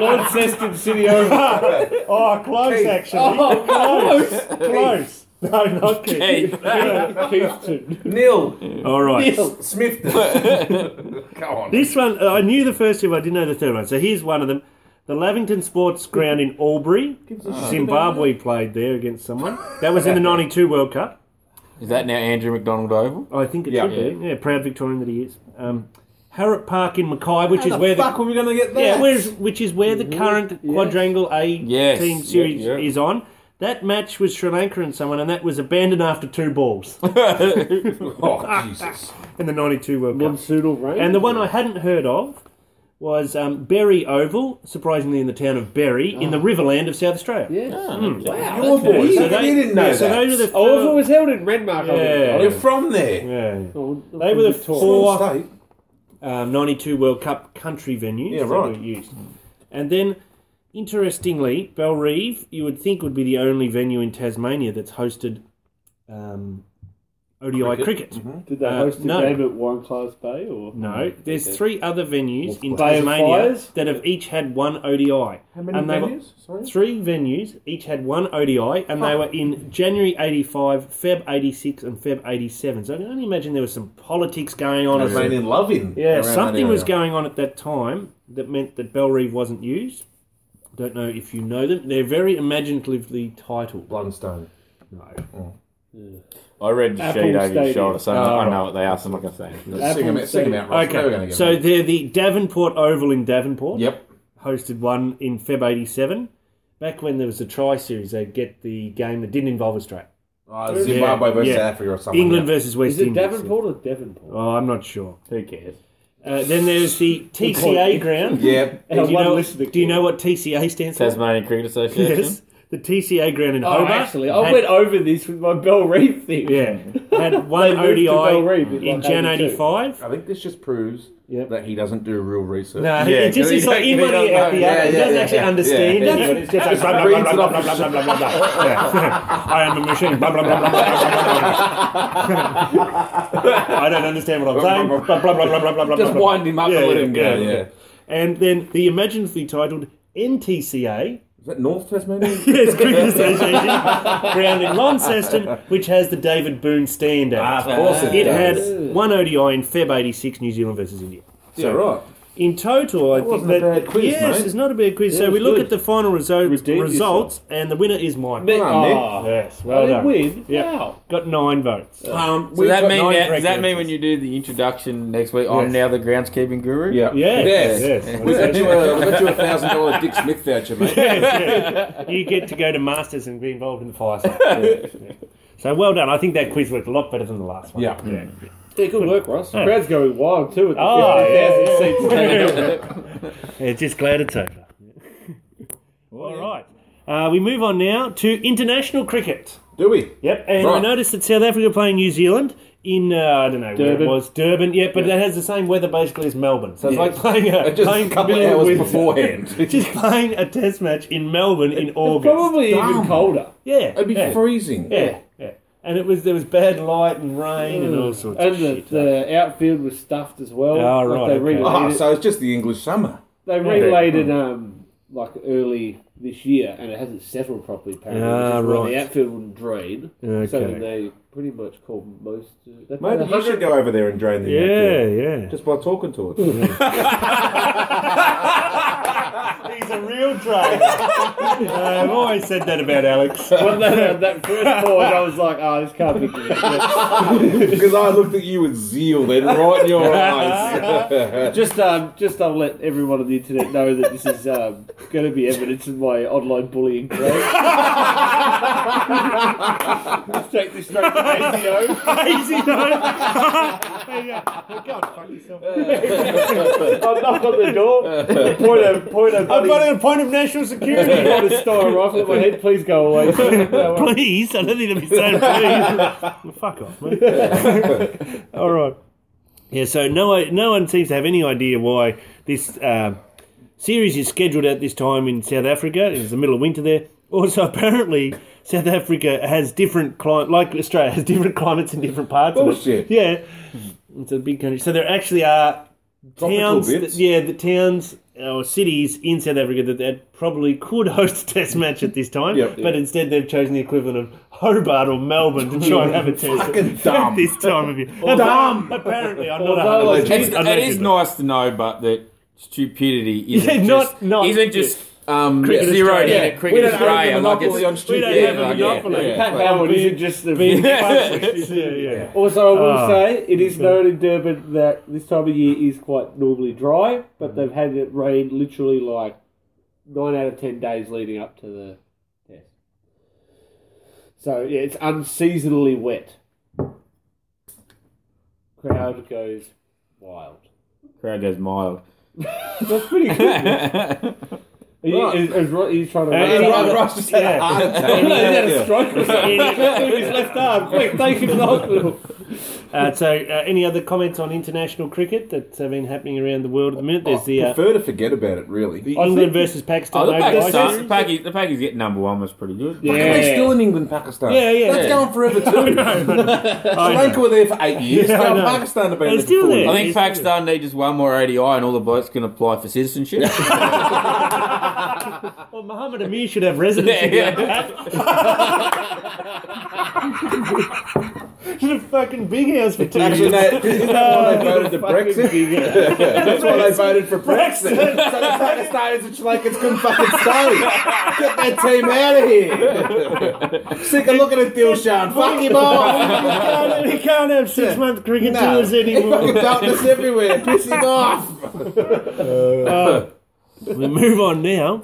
Launceston City Oval. Oh, close, actually. Oh, close. close. No, not Keith. Kingston. Nil. All right. Smith. Go on. This one, uh, I knew the first two, but I didn't know the third one. So here's one of them. The Lavington Sports Ground in Albury. Uh, Zimbabwe played there against someone. That was in the 92 World Cup. Is that now Andrew McDonald Oval? I think it Yeah. should be. Yeah, proud Victorian that he is. Um, Harrop Park in Mackay, which is where the fuck were we going to get there? yeah, where's, which is where the current quadrangle A Yes. team series Yeah, yeah. is on. That match was Sri Lanka and someone, and that was abandoned after two balls Oh, Jesus. in the '92 World Cup. Monsoonal rain. And the one I hadn't heard of was um, Berry Oval, surprisingly in the town of Berry, in the Riverland of South Australia. Wow. Your boys. So You they- didn't know yeah, that. So they were the Oh, if it four- was held in Renmark, I would have Yeah. got You're it. from there. yeah. Oh, They were the Victoria. four- State. um, 92 World Cup country venues Yeah, that right. were used. And then, interestingly, Belrive, you would think would be the only venue in Tasmania that's hosted um, ODI cricket. Mm-hmm. Did they Uh, host a no. game at Wine Class Bay or No, there's three other venues in Bay of Tasmania Fires? that have each had one ODI. How many and they were- venues? Sorry? Three venues, each had one ODI, and they were in January 85, Feb 86, and Feb 87. So I can only imagine there was some politics going on. or some- Made in Lovin. Yeah, around that something was area. going on at that time that meant that Belrive wasn't used. Don't know if you know them. They're very imaginatively titled. Blundstone. I read the Apple sheet over your Stadium. shoulder, so Oh, I know what they are, so I'm not going to say it. Let's sing 'em out- sing 'em out, Ross. They were gonna Okay, get so it. they're the Davenport Oval in Davenport. Yep. Hosted one in Feb 87. Back when there was the Tri Series, they'd get the game that didn't involve Australia. Uh, Zimbabwe Yeah, versus yeah. South Africa or something. England versus West Is it Indies. Davenport or Devonport? Oh, I'm not sure. Who cares? Uh, then there's the TCA ground. Yeah. Do you, One know, listener do you can. know what TCA stands for? Tasmanian Cricket Association? Yes. The TCA ground in Oh, Hobart. actually, I had- went over this with my Bell Reef thing. Yeah, had one moved to Belrive ODI in in like Jan 82. '85. I think this just proves Yep. that he doesn't do real research. No, Yeah, he just he is like don't- in he one don't ear out know. the other. Yeah, He yeah, doesn't yeah, actually yeah. understand. Yeah. anything. It's just like, Just blah, blah, reads blah, it blah, off blah, his- blah, blah, blah, blah. Yeah. I am a machine. Blah, blah, blah, blah, blah, blah, blah, blah. I don't understand what I'm saying. Blah, blah, blah, blah, blah, blah, blah, Just blah. wind him up Yeah, and let yeah, him go. Yeah, yeah. yeah. And then the imaginatively titled NTCA, Is that North Tasmania? yes, Cricket Association, ground in Launceston, which has the David Boone stand at. Ah, of course it It does. had one ODI in Feb 86, New Zealand versus India. Yeah, right. In total, I think wasn't that. a bad quiz, yes, mate. it's not a bad quiz. it so we was look good. at the final results, Redeemed results and the winner is Mike. But- Well done, Nick. Ah, Yes, I well didn't done. win. Yeah. Wow. Got nine votes. Um, Does we've that, got mean nine- now, does that records. mean when you do the introduction next week, I'm Yes. now the groundskeeping guru? Yeah. Yes, yes. We got you a- we got you a thousand dollar Dick Smith voucher, mate. you get to go to Masters and be involved in the fire. sale. Yeah, yeah. So well done. I think that quiz worked a lot better than the last one. Yeah. Yeah, good work, Ross. The crowd's going wild too at the Oh, 50,000 seats. Yeah, just glad it's over. All right. Uh, we move on now to international cricket. Do we? Yep, and I Right. noticed that South Africa playing New Zealand in uh, I don't know where it Durban. was Durban. Yeah, but that has the same weather basically as Melbourne, so it's like playing a, Just playing a couple of middle hours winter. beforehand. Just playing a test match in Melbourne in August. Probably Dumb. even colder. yeah, It'd be yeah, freezing. yeah, yeah. And it was there was bad light and rain and all sorts Mm. And of the, shit. the outfield was stuffed as well. Oh, Like, right, They okay. relayed, Ah, it, so it's just the English summer. they relayed it um, like early this year, and it hasn't settled properly. Apparently, Ah, which is why right. the outfield wouldn't drain. So Okay. then they pretty much called most. They played Maybe you 100 should go over there and drain the yeah, outfield. yeah. Just by talking to it. He's a real drag. I've always said that about Alex. When they had that first board, I was like, oh, this can't be good. Because I looked at you with zeal then, right in your eyes. Just, um, just I'll let everyone on the internet know that this is um, going to be evidence of my online bullying. Craig. Let's take this straight to ASIO. Easy, I'll knock on the door, point a, point a I've bloody got a point of national security. I've got a star rifle at my head. Please go away. No, please. I don't need to be saying please. Well, fuck off, mate. All right. Yeah, so no, no one seems to have any idea why this uh, series is scheduled at this time in South Africa. It's the middle of winter there. Also, apparently, South Africa has different climate, like Australia, has different climates in different parts. Bullshit. Of it. Yeah, it's a big country. So there actually are Tropical towns, that, bits. yeah, the towns uh, or cities in South Africa that, that probably could host a test match at this time, Yep. but instead they've chosen the equivalent of Hobart or Melbourne to try and have a test Fucking at dumb. this time of year. Appa- dumb. Apparently, I'm Although- not a It's, hundred it is percent. nice to know, but that stupidity isn't Yeah, just, not- not- isn't just um, Cricket zeroed in Australia. at We Cricket don't own the monopoly Australia. Like on it's, We don't stupidity. have a like, yeah, monopoly. yeah. Pat Right. Howard isn't just the Being big published. yeah, yeah. Also, I will Ah. say it is known in Durban that this time of year is quite normally dry, but they've had it rain literally like nine out of ten days leading up to the test. So yeah, it's unseasonally wet. Crowd goes wild. crowd goes mild. That's pretty cool. man. Are you, is, is, Ro- are you trying to? Uh, Is Ro- that- Ro- Ross just had a Yeah. heart attack. is that Yeah. a stroke or something? Move his left arm, quick, take him to the hospital. Uh, so, uh, any other comments on international cricket that's uh, been happening around the world at the minute? There's the I uh, prefer to forget about it, really. England versus Pakistan. Oh, the overnight Pakistan, the series. Pakis, the Pakis getting number one was pretty good. Fuck, are they still in England, Pakistan? Yeah, yeah. That's Yeah. going forever too. Sri Lanka were there for eight years. Yeah, I now know. Pakistan have been They're there for still four there. I years. think Pakistan need just one more ADI and all the blokes can apply for citizenship. Well, Muhammad Amir should have residency. Yeah, should have fucking big house for two Actually, years. no, isn't that why they voted for Fucking Brexit? big ass. That's why they voted for Brexit. so the Pakistanis and Sri Lankans couldn't fucking stay. Get that team out of here. Sick of looking at Dilshan. Fuck him off. can't, we can't have six month cricket No. tours Fucking anymore. darkness everywhere. Piss him off. we move on now,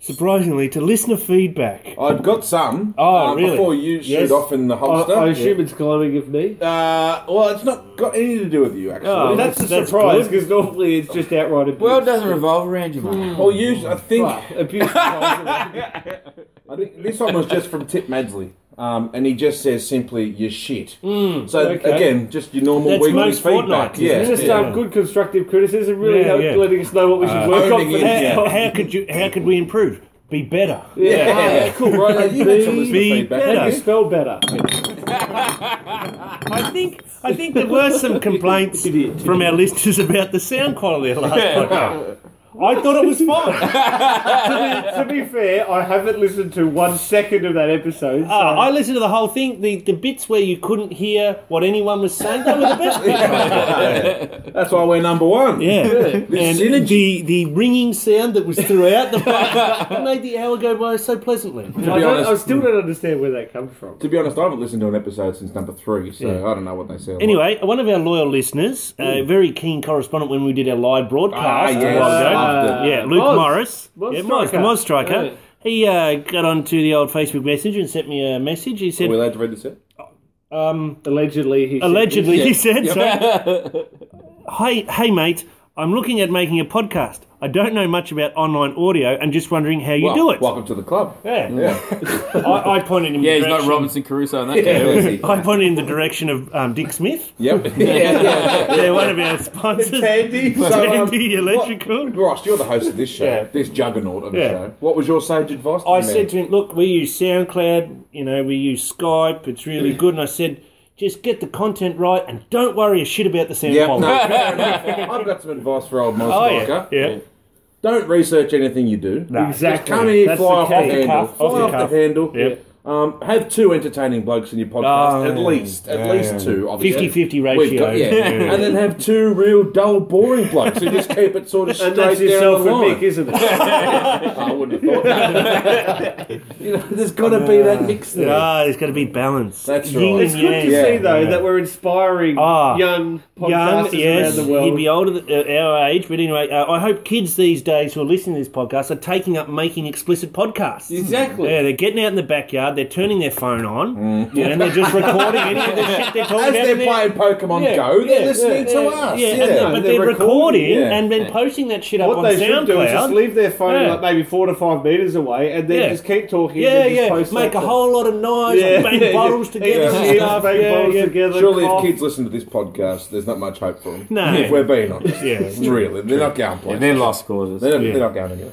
surprisingly, to listener feedback. I've got some. Oh, um, really? Before you Yes. shoot off in the I, holster. I assume it's climbing of me. Uh, well, it's not got anything to do with you, actually. Oh, That's a That's surprise good. because normally it's just outright abuse. well, it doesn't revolve around you, mate. Hmm. well, you, I think, Fuck, abuse. is always- I think this one was just from Tip Madsley. Um, and he just says simply, "You shit." so okay. again, just your normal Hmm, That's weekly most feedback. fortnights, isn't Yeah, it? Just yeah. um, good constructive criticism, really Yeah, help- yeah. letting us know what we should work on. owning For it, next yeah. How, how could you? How could we improve? Be better. Yeah, cool, right? Like, You had some be- listener be feedback. better. Let me spell better. Um, I think I think there were some complaints Idiot. from our listeners about the sound quality of last podcast. I thought it was fine. to be fair, I haven't listened to one second of that episode. So. Uh, I listened to the whole thing. The, the bits where you couldn't hear what anyone was saying, they were the best bits. That's why we're number one. Yeah. This And synergy. the, the ringing sound that was throughout the podcast made the hour go by so pleasantly. To I, be don't, I honest, still don't understand where that comes from. to be honest, I haven't listened to an episode since number three, so I don't know what they say. Anyway, one of our loyal listeners, a very keen correspondent when we did our live ah, broadcast. a yes, while ago. Uh, loved it. yeah, Luke Moz. Morris. Moz yeah, Moz, the Striker. Moz Striker. Yeah. He uh, got onto the old Facebook Messenger and sent me a message. He Are said, we allowed to read this out? Allegedly, he allegedly, Yeah. he said, so- hey, hey, mate, I'm looking at making a podcast. I don't know much about online audio and just wondering how you Well, do it. Welcome to the club. Yeah. Yeah. I, I pointed him Yeah, in he's the not direction. Robinson Crusoe in that game, I pointed in the direction of um, Dick Smith. yep. Yeah, yeah. They're one of our sponsors. Andy, so, um, Tandy Electrical. what- Ross, you're the host of this show, Yeah. this juggernaut of a Yeah. show. What was your sage advice? To I the said man? to him, "Look, we use SoundCloud. You know, we use Skype. It's really good." And I said, "Just get the content right, and don't worry a shit about the sound yeah, quality." no, fair enough. I've got some advice for old Moz Oh, Barker. yeah, yeah. Don't research anything you do. No. Exactly. Come here, That's the fly off the cuff, handle. cuff, fly off the off cuff. the handle. Yep. Um, have two entertaining blokes in your podcast, Oh, at least. At least two, obviously. 50-50 We've ratio. got- yeah. Yeah. and then have two real dull, boring blokes who just keep it sort of straight And that's down yourself the and line. Mick, isn't it? I wouldn't have thought that. you know, there's got to be that mix there. Ah, there's got to be balance. That's Yin right. it's and good to yang. see, though, Yeah. that we're inspiring Ah. young Young, podcasters yes, around the world. he'd be older than uh, our age, but anyway, uh, I hope kids these days who are listening to this podcast are taking up making explicit podcasts. Exactly. Mm. Yeah, they're getting out in the backyard, they're turning their phone on, and they're just recording any of the shit they're talking As about. they're and they're- playing Pokemon Yeah, Go, they're yeah, listening to us. Yeah, Yeah, and- uh, but they're, recording, and then posting that shit up What on they should do is just SoundCloud. leave their phone Yeah. like maybe four to five meters away, and then Yeah. just keep talking. Yeah, and then just yeah. Post Make a like whole lot of noise, Yeah. bang Yeah, bottles yeah. together Yeah. and stuff. Bang yeah, bottles yeah. together. Surely, cough. if kids listen to this podcast, there's not much hope for them. No. If we're being honest, Yeah. it's really, they're not going yeah. places. They're lost causes. They're, Yeah. they're not going anywhere.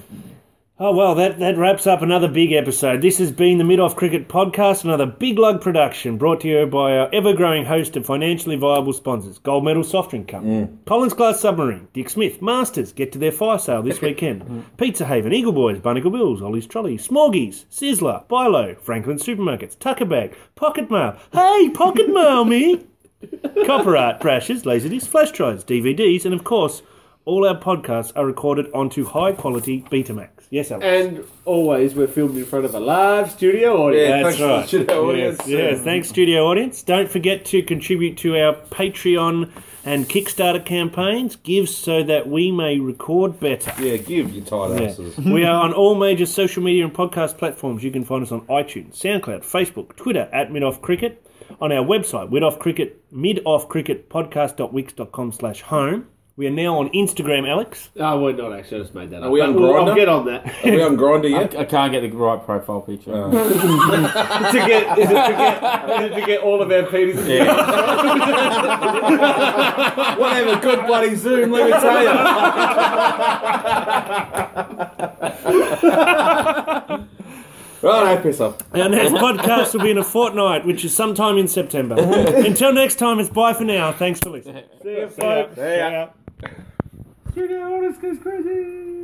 Oh well, that, that wraps up another big episode. This has been the Mid Off Cricket Podcast, another big lug production brought to you by our ever growing host of financially viable sponsors Gold Medal Soft Drink Company, Collins Glass Submarine, Dick Smith, Masters, get to their fire sale this weekend, Pizza Haven, Eagle Boys, Bunnacle Bills, Ollie's Trolley, Smorgies, Sizzler, Bilo, Franklin Supermarkets, Tucker Bag, Pocket Mail. Hey, Pocket Mail me! Copper Art, brushes, Laserdiscs, Flash Drives, DVDs, and of course, all our podcasts are recorded onto high quality Betamax. Yes, Alex. And always, we're filmed in front of a live studio audience. Yeah. That's Thanks, right. studio audience. Yes, yes, thanks, studio audience. Don't forget to contribute to our Patreon and Kickstarter campaigns. Give so that we may record better. Yeah, give your tight Yeah. asses. we are on all major social media and podcast platforms. You can find us on iTunes, SoundCloud, Facebook, Twitter at Mid Off Cricket, on our website, Mid Off Cricket, Mid Off Cricket Podcast.wix.com slash home. We are now on Instagram, Alex. Oh, we're not actually. I just made that up. Are we on But we'll- I'll Grindr? get on that. Are we on Grindr I, yet? I can't get the right profile picture. to get, is, it to get, is it to get all of our penises? Yeah. We'll have a good bloody Zoom, let me tell you. right, I piss off. Our next podcast will be in a fortnight, which is sometime in September. Until next time, it's bye for now. Thanks for listening. See ya, folks. See ya. Studio audience goes crazy.